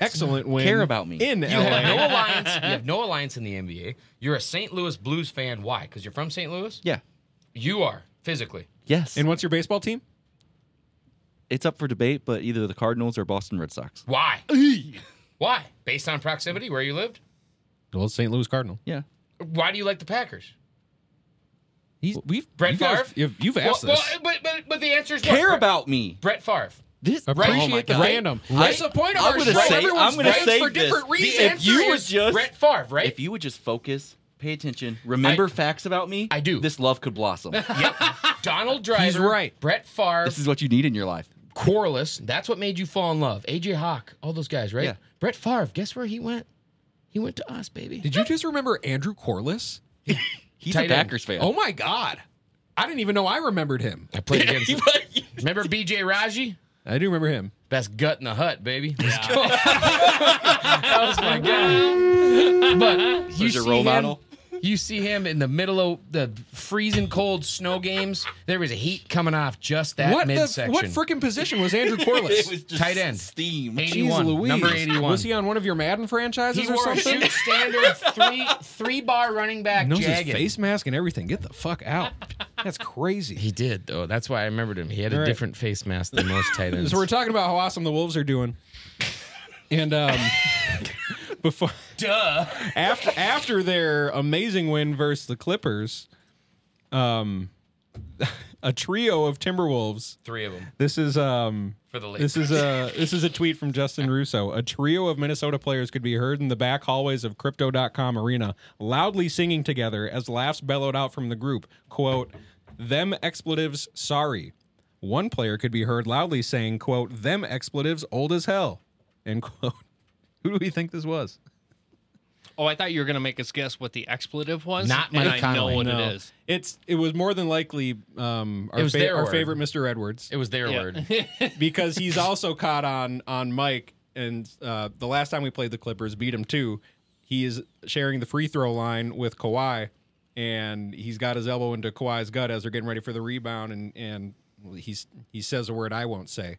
S2: excellent win,
S3: Care about me.
S2: in
S1: You have
S2: LA.
S1: no alliance. You have no alliance in the NBA. You're a St. Louis Blues fan. Why? Because you're from St. Louis.
S3: Yeah.
S1: You are physically.
S3: Yes.
S2: and what's your baseball team?
S3: it's up for debate, but either the Cardinals or Boston Red Sox.
S1: Why? Why? Based on proximity, where you lived.
S2: Well, it's St. Louis Cardinal.
S3: Yeah.
S1: Why do you like the Packers?
S2: He's we've
S1: Brett
S2: you
S1: Favre.
S2: guys- You've, you've asked
S1: well,
S2: this.
S1: Well, but, but but the answer is what?
S3: Care
S1: Brett-
S3: about me.
S1: Brett Favre.
S3: This oh
S1: Right.
S2: Appreciate the
S1: Right.
S2: fandom.
S1: Right.
S2: That's the point of
S3: I'm
S2: our
S3: gonna
S2: show.
S1: say-
S2: Everyone's
S3: I'm gonna
S2: fans
S3: say
S2: for
S3: this.
S2: different
S3: The-
S2: reasons.
S1: The
S3: if
S1: answer
S3: you were
S1: is
S3: just-
S1: Brett Favre, right?
S3: If you would just focus, pay attention, remember facts about me,
S1: I do.
S3: This love could blossom.
S1: yep. Donald Driver.
S2: He's right.
S1: Brett Favre.
S3: this is what you need in your life.
S1: Corliss. That's what made you fall in love. AJ Hawk. All those guys, right?
S3: Yeah.
S1: Brett Favre. Guess where he went? He went to us, baby.
S2: Did you just remember Andrew Corliss?
S3: He's
S1: Tight
S3: a
S1: end.
S3: Packers fan.
S2: Oh my God, I didn't even know I remembered him.
S1: I played against. remember BJ Raji?
S2: I do remember him.
S1: Best gut in the hut, baby. Let's go. that was my guy. But you
S3: Was your
S1: see
S3: role
S1: him,
S3: model?
S1: You see him in the middle of the freezing cold snow games. There was a heat coming off just that
S2: what the,
S1: midsection.
S2: what freaking position was Andrew Corliss?
S3: It was just
S1: Tight end.
S3: Steam.
S1: 81,
S2: Jeez Louise.
S1: number 81.
S2: Was he on one of your Madden franchises
S1: He
S2: or
S1: wore a
S2: something?
S1: shoot standard three three bar running back
S2: Knows his
S1: jagged.
S2: face mask and everything. Get the fuck out. That's crazy.
S1: He did though. That's why I remembered him. He had
S2: All
S1: a
S2: right.
S1: different face mask than most tight ends.
S2: So we're talking about how awesome the Wolves are doing. And um before
S1: Duh.
S2: after after their amazing win versus the Clippers, um a trio of Timberwolves.
S1: Three of them
S2: This is um
S1: for the league.
S2: this is a this is a tweet from Justin Russo. A trio of Minnesota players could be heard in the back hallways of crypto.com arena, loudly singing together as laughs bellowed out from the group. Quote, them expletives sorry. One player could be heard loudly saying, quote, them expletives old as hell. End quote. Who do we think this was?
S4: Oh, I thought you were gonna make us guess what the expletive was.
S1: Not
S4: and
S1: Mike
S4: I
S1: Conley.
S4: know what
S1: No.
S4: it is.
S2: It's it was more than likely um our,
S1: was
S2: fa-
S1: their
S2: our
S1: word.
S2: favorite Mr. Edwards.
S1: it was their
S4: Yeah.
S1: word.
S2: because he's also caught on on Mike. And uh, the last time we played the Clippers, beat him too. He is sharing the free throw line with Kawhi, and he's got his elbow into Kawhi's gut as they're getting ready for the rebound. And and he's he says a word I won't say,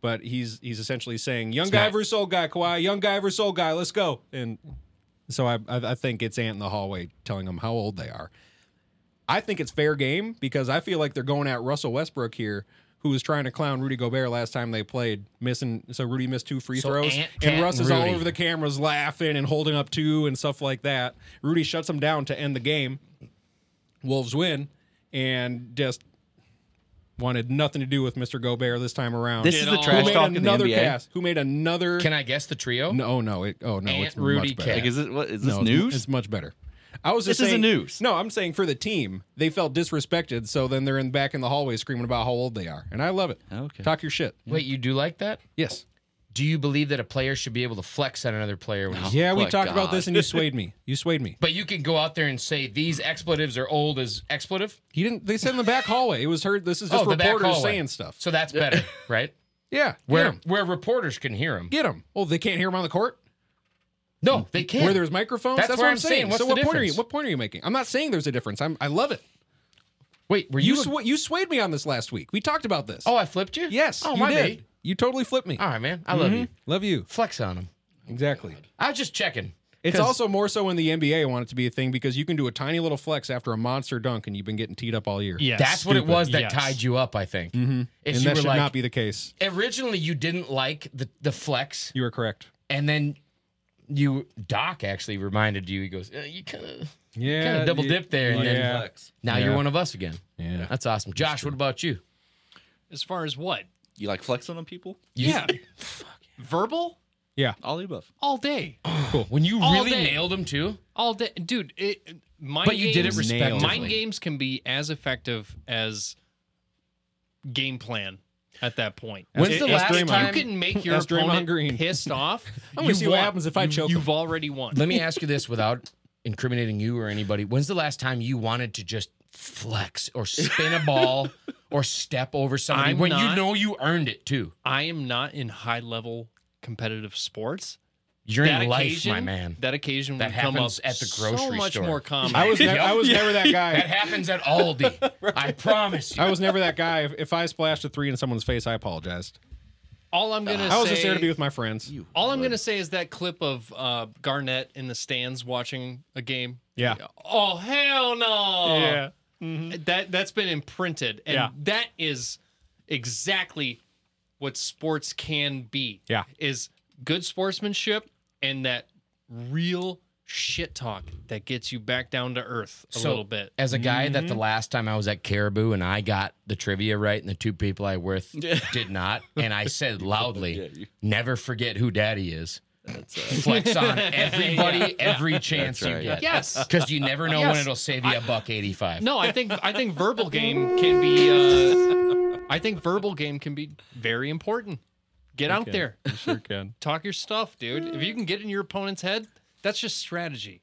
S2: but he's he's essentially saying, "Young guy
S1: not-
S2: versus old guy, Kawhi. Young guy versus old guy. Let's go." And so I I I think it's Ant in the hallway telling them how old they are. I think it's fair game because I feel like they're going at Russell Westbrook here, who was trying to clown Rudy Gobert last time they played, missing. So Rudy missed two free
S1: So
S2: throws,
S1: Ant,
S2: and
S1: Cat,
S2: Russ
S1: and
S2: is all
S1: Rudy.
S2: over the cameras laughing and holding up two and stuff like that. Rudy shuts him down to end the game. Wolves win, and just wanted nothing to do with Mr. Gobert this time around.
S3: This
S4: Get
S3: is
S4: on.
S3: the
S4: Who
S2: who
S3: trash
S2: made
S3: talk in the
S2: another
S3: NBA.
S2: cast? Who made another?
S1: Can I guess the trio?
S2: no, oh no, it, oh no,
S1: Ant,
S2: it's
S1: Rudy,
S2: much better.
S1: Cat.
S3: Like, is it what is this
S2: No, it's-
S3: news?
S2: It's much better. I was just
S3: This
S2: saying,
S3: isn't news.
S2: No, I'm saying for the team, they felt disrespected, so then they're in back in the hallway screaming about how old they are, and I love it.
S3: Okay.
S2: talk your shit.
S1: Wait, you do like that?
S2: Yes.
S1: Do you believe that a player should be able to flex on another player? When he's
S2: Yeah, we
S3: my
S2: talked about
S3: God.
S2: this, and you swayed me. You swayed me.
S1: But you can go out there and say these expletives are old as expletive.
S2: He didn't. They said in the back hallway. It was heard. This is just
S1: Oh, the back
S2: reporters
S1: hallway.
S2: saying stuff.
S1: So that's better, right?
S2: yeah,
S1: Where
S2: get him.
S1: where reporters can hear him.
S2: Get him. Oh, they can't hear him on the court.
S1: No, they can't.
S2: Where there's microphones.
S1: That's
S2: what
S1: where
S2: I'm
S1: I'm saying. What's
S2: so
S1: the
S2: what point are you?
S1: difference?
S2: What point are you making? I'm not saying there's a difference. I'm. I love it.
S1: Wait, were
S2: You
S1: you?
S2: sw- you swayed me on this last week. We talked about this.
S1: oh, I flipped you.
S2: yes.
S1: Oh
S2: you
S1: my
S2: did.
S1: bad.
S2: You totally flipped me. Mm-hmm.
S1: All right, man. I love you.
S2: Love you.
S1: Flex on him.
S2: Exactly.
S1: I was just checking.
S2: It's
S1: 'Cause-
S2: also more so in the NBA. I want it to be a thing because you can do a tiny little flex after a monster dunk, and you've been getting teed up all year.
S4: Yes.
S1: That's what it was that
S4: Yes.
S1: tied you up. I think. If
S2: Mm-hmm. and
S1: you
S2: that
S1: were
S2: should
S1: like,
S2: not be the case.
S1: originally you didn't like the the flex,
S2: You are correct.
S1: and then you Doc actually reminded you. He goes, "Uh, you kind of
S2: Yeah,
S1: kind of double dipped there, and
S2: yeah.
S1: then now you're one of us again.
S2: Yeah.
S1: That's awesome, Josh. What about you?
S4: As far as what
S3: You like flexing on people?
S1: You-
S4: verbal
S2: Yeah,
S3: All the above.
S4: all day.
S2: Cool.
S1: When you
S4: All
S1: really
S4: day.
S1: nailed him too,
S4: all day, dude. It, mind
S1: but you did it
S4: games-
S1: respectively.
S4: Mind games can be as effective as game plan at that point.
S1: When's the
S2: Ask
S1: last
S2: Draymond.
S1: time?
S4: you can make your
S2: Ask Draymond
S4: opponent
S2: Green.
S4: pissed off.
S2: gonna
S4: you
S2: see what happens if I
S4: you-
S2: choke him.
S4: You've already won.
S1: Let me ask you this without incriminating you or anybody. When's the last time you wanted to just flex or spin a ball or step over somebody
S4: I'm
S1: when you
S4: not-
S1: know you earned it too?
S4: I am not in high level competitive sports.
S1: You're
S4: that
S1: in life,
S4: occasion,
S1: my man.
S4: That occasion
S1: That
S4: would come up
S1: happens at the
S4: so
S1: grocery
S4: much
S1: store.
S4: more common.
S2: I was never, I was
S1: Yep.
S2: never that
S1: That
S2: guy.
S1: happens at Aldi. I promise you.
S2: I was never that guy. If, if I splashed a three in someone's face, I apologized.
S4: all I'm gonna say.
S2: I was just there to be with my friends.
S4: all I'm gonna say is that clip of uh, Garnett in the stands watching a game.
S2: Yeah.
S4: Oh hell no! Mm-hmm. that that's been imprinted, and
S2: Yeah.
S4: that is exactly what sports can be.
S2: Yeah.
S4: is good sportsmanship and that real shit talk that gets you back down to earth a
S1: So,
S4: little bit.
S1: As a guy that the last time I was at Caribou and I got the trivia right and the two people I worth did not, and I said
S3: Yeah,
S1: loudly,
S3: you-
S1: never forget who daddy is.
S3: That's, uh,
S1: Flex on everybody every chance
S3: right.
S1: you get.
S4: Yes.
S1: Because you never know when
S4: Yes.
S1: it'll save you a buck eighty five.
S4: No, I think I think verbal game can be. Uh, I think verbal game can be very important. Get out there,
S2: Sure can.
S4: talk your stuff, dude. If you can get in your opponent's head, that's just strategy.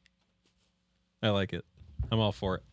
S2: I like it. I'm all for it.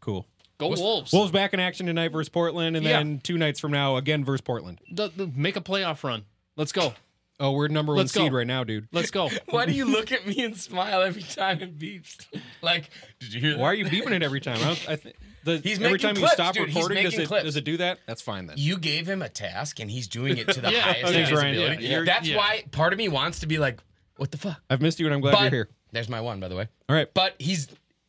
S2: Cool.
S4: Go Wolves.
S2: Wolves back in action tonight versus Portland, and
S4: Yeah.
S2: then two nights from now again versus Portland.
S4: The- the- make a playoff run. Let's go.
S2: Oh, we're number one
S4: Let's go.
S2: seed right now, dude.
S4: Let's go.
S1: Why do you look at me and smile every time it beeps? Like, did you hear that?
S2: Why are you beeping it every time? I don't, I th- the,
S1: He's
S2: every
S1: making
S2: time you
S1: clips,
S2: stop
S1: dude. He's
S2: recording, does
S1: making
S2: it
S1: clips.
S2: does it do that? That's fine then.
S1: you gave him a task and he's doing it to the
S4: Yeah.
S1: highest
S4: Okay,
S1: of his
S2: Ryan, yeah,
S1: ability.
S4: you're-
S1: That's
S4: yeah.
S1: why part of me wants to be like, what the fuck?
S2: I've missed you, and I'm glad
S1: But
S2: you're here.
S1: there's my one, by the way.
S2: All right.
S1: But he's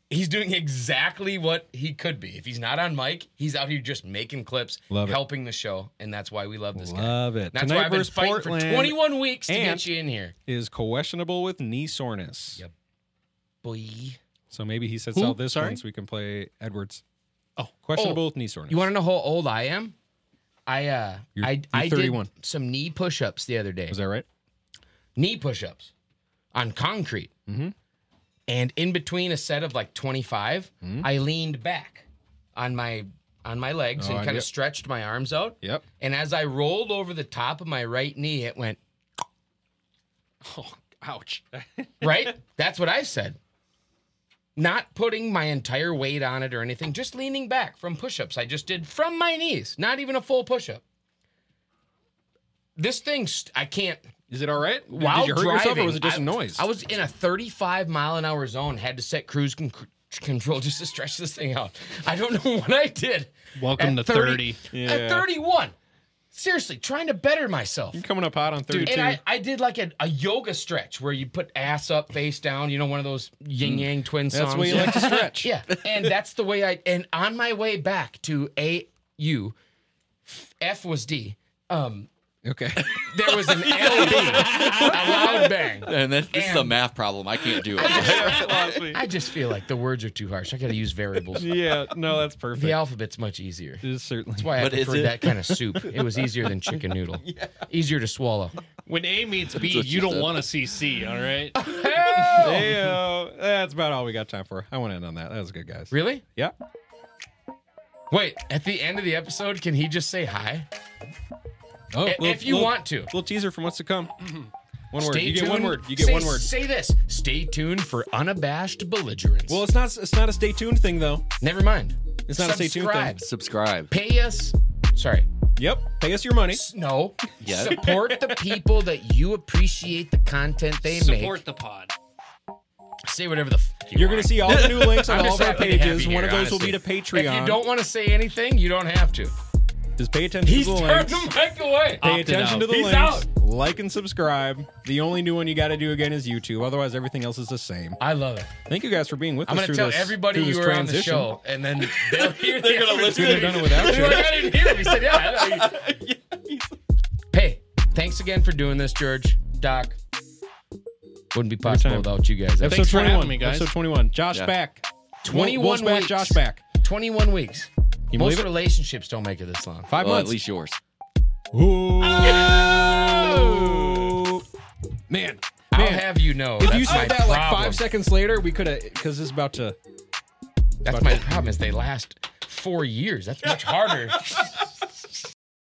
S1: he's doing exactly what he could be. If he's not on mic, he's out here just making clips,
S2: Love it.
S1: helping the show, and that's why we love this guy.
S2: Love it.
S1: That's
S2: Tonight
S1: why I've been
S2: versus
S1: fighting
S2: Portland
S1: for 21 weeks to
S2: And-
S1: get you in here,
S2: is questionable with knee soreness.
S1: Yep. boy.
S2: So maybe he sets
S4: Who?
S2: out this
S4: Sorry?
S2: one so we can play Edwards.
S4: Oh.
S2: questionable with knee soreness.
S1: You want to know how old I am? I uh,
S2: You're-
S1: I
S2: you're
S1: I
S2: 31.
S1: did some knee push-ups the other day.
S2: Is that right?
S1: knee push-ups on concrete.
S2: Mm-hmm.
S1: And in between a set of like 25,
S2: Mm-hmm.
S1: I leaned back on my on my legs
S2: Oh,
S1: and
S2: I
S1: kind
S2: get-
S1: of stretched my arms out.
S2: Yep.
S1: And as I rolled over the top of my right knee, it went
S4: Oh, ouch.
S1: right? That's what I said. Not putting my entire weight on it or anything, just leaning back from push ups I just did from my knees, not even a full push up. This thing, st- I can't.
S2: Is it all right? Did-
S1: While
S2: Did you hurt
S1: driving,
S2: yourself or was it just
S1: I,
S2: a noise?
S1: I was in a 35 mile an hour zone, had to set cruise con- control just to stretch this thing out. I don't know what I did.
S4: Welcome
S1: At
S4: to 30.
S2: Yeah.
S1: At 31. Seriously, trying to better myself.
S2: You're coming up hot on 32.
S1: And I, I did like a, a yoga stretch where you put ass up, face down, you know, one of those yin yang twin songs.
S2: That's where you like to stretch.
S1: Yeah. And that's the way I, and on my way back to AU, F was D, um,
S2: Okay.
S1: there was an LB, a loud bang.
S3: and this, this is a
S1: And-
S3: math problem. I can't do it.
S1: I just feel like the words are too harsh. I got to use variables.
S2: yeah. No, that's perfect.
S1: The alphabet's much easier.
S2: It is certainly.
S1: That's why I
S3: But is
S1: preferred
S3: it?
S1: that kind of soup. It was easier than chicken noodle. Easier to swallow.
S4: When A meets B,
S3: what she
S4: you don't
S3: said.
S4: want to see C, all right?
S2: Oh. Ayo. uh, That's about all we got time for. I want to end on that. That was good, guys.
S1: Really?
S2: Yeah.
S1: Wait, at the end of the episode, can he just say hi?
S2: Oh,
S1: If- if you want to.
S2: Little teaser from what's to come. One word.
S1: Stay
S2: You get one
S1: tuned-
S2: word. You get
S1: say-
S2: one word.
S1: Say this. Stay tuned for unabashed belligerence.
S2: Well, it's not. It's not a stay tuned thing though.
S1: never mind.
S2: It's not a stay tuned
S1: Subscribe.
S3: Subscribe.
S1: Pay us. Sorry.
S2: Yep. Pay us your money.
S1: S- No.
S3: Yeah.
S1: Support the people that you appreciate the content they
S4: Support
S1: make.
S4: the pod.
S1: Say whatever the f- you
S2: You're
S1: want.
S2: gonna see all the new links on
S1: I'm
S2: all
S1: just
S2: of our
S1: happy to have
S2: pages.
S1: you
S2: One of
S1: here,
S2: those will be to
S1: honestly.
S2: Patreon.
S1: If you don't want to say anything, you don't have to.
S2: just pay attention
S1: He's
S2: to the
S1: turned
S2: links.
S1: the mic away.
S2: Pay
S4: Opted
S2: attention
S4: out.
S2: to the
S1: He's
S2: links.
S1: out.
S2: Like and subscribe. The only new one you got to do again is YouTube. Otherwise, everything else is the same.
S1: I love it.
S2: Thank you guys for being with
S1: I'm
S2: us
S1: gonna
S2: through
S1: tell
S2: this.
S1: everybody
S2: through
S1: you
S2: this
S1: were on the
S2: transition.
S1: show, and then they'll hear they're gonna listen.
S2: Couldn't have done it without you.
S1: I didn't hear him. He said, "Yeah." I- hey, thanks again for doing this, George. Doc, wouldn't be possible
S2: time.
S1: without you guys.
S2: Episode
S4: for having
S2: 21.
S4: me, guys.
S2: Episode 21. Josh
S3: Yeah.
S2: back.
S1: 21
S2: Wolf's back.
S1: weeks.
S2: Josh back.
S1: 21 weeks.
S2: You
S1: Most
S2: believe it?
S1: relationships don't make it this long.
S2: Five
S3: Well, at
S2: months.
S3: least yours.
S2: Ooh. Man,
S1: I'll
S2: man.
S1: have you know.
S2: if you
S1: that's my
S2: said that like
S1: problem.
S2: five seconds later, we could have because it's about to.
S1: That's my problem. Is they last four years. That's much harder.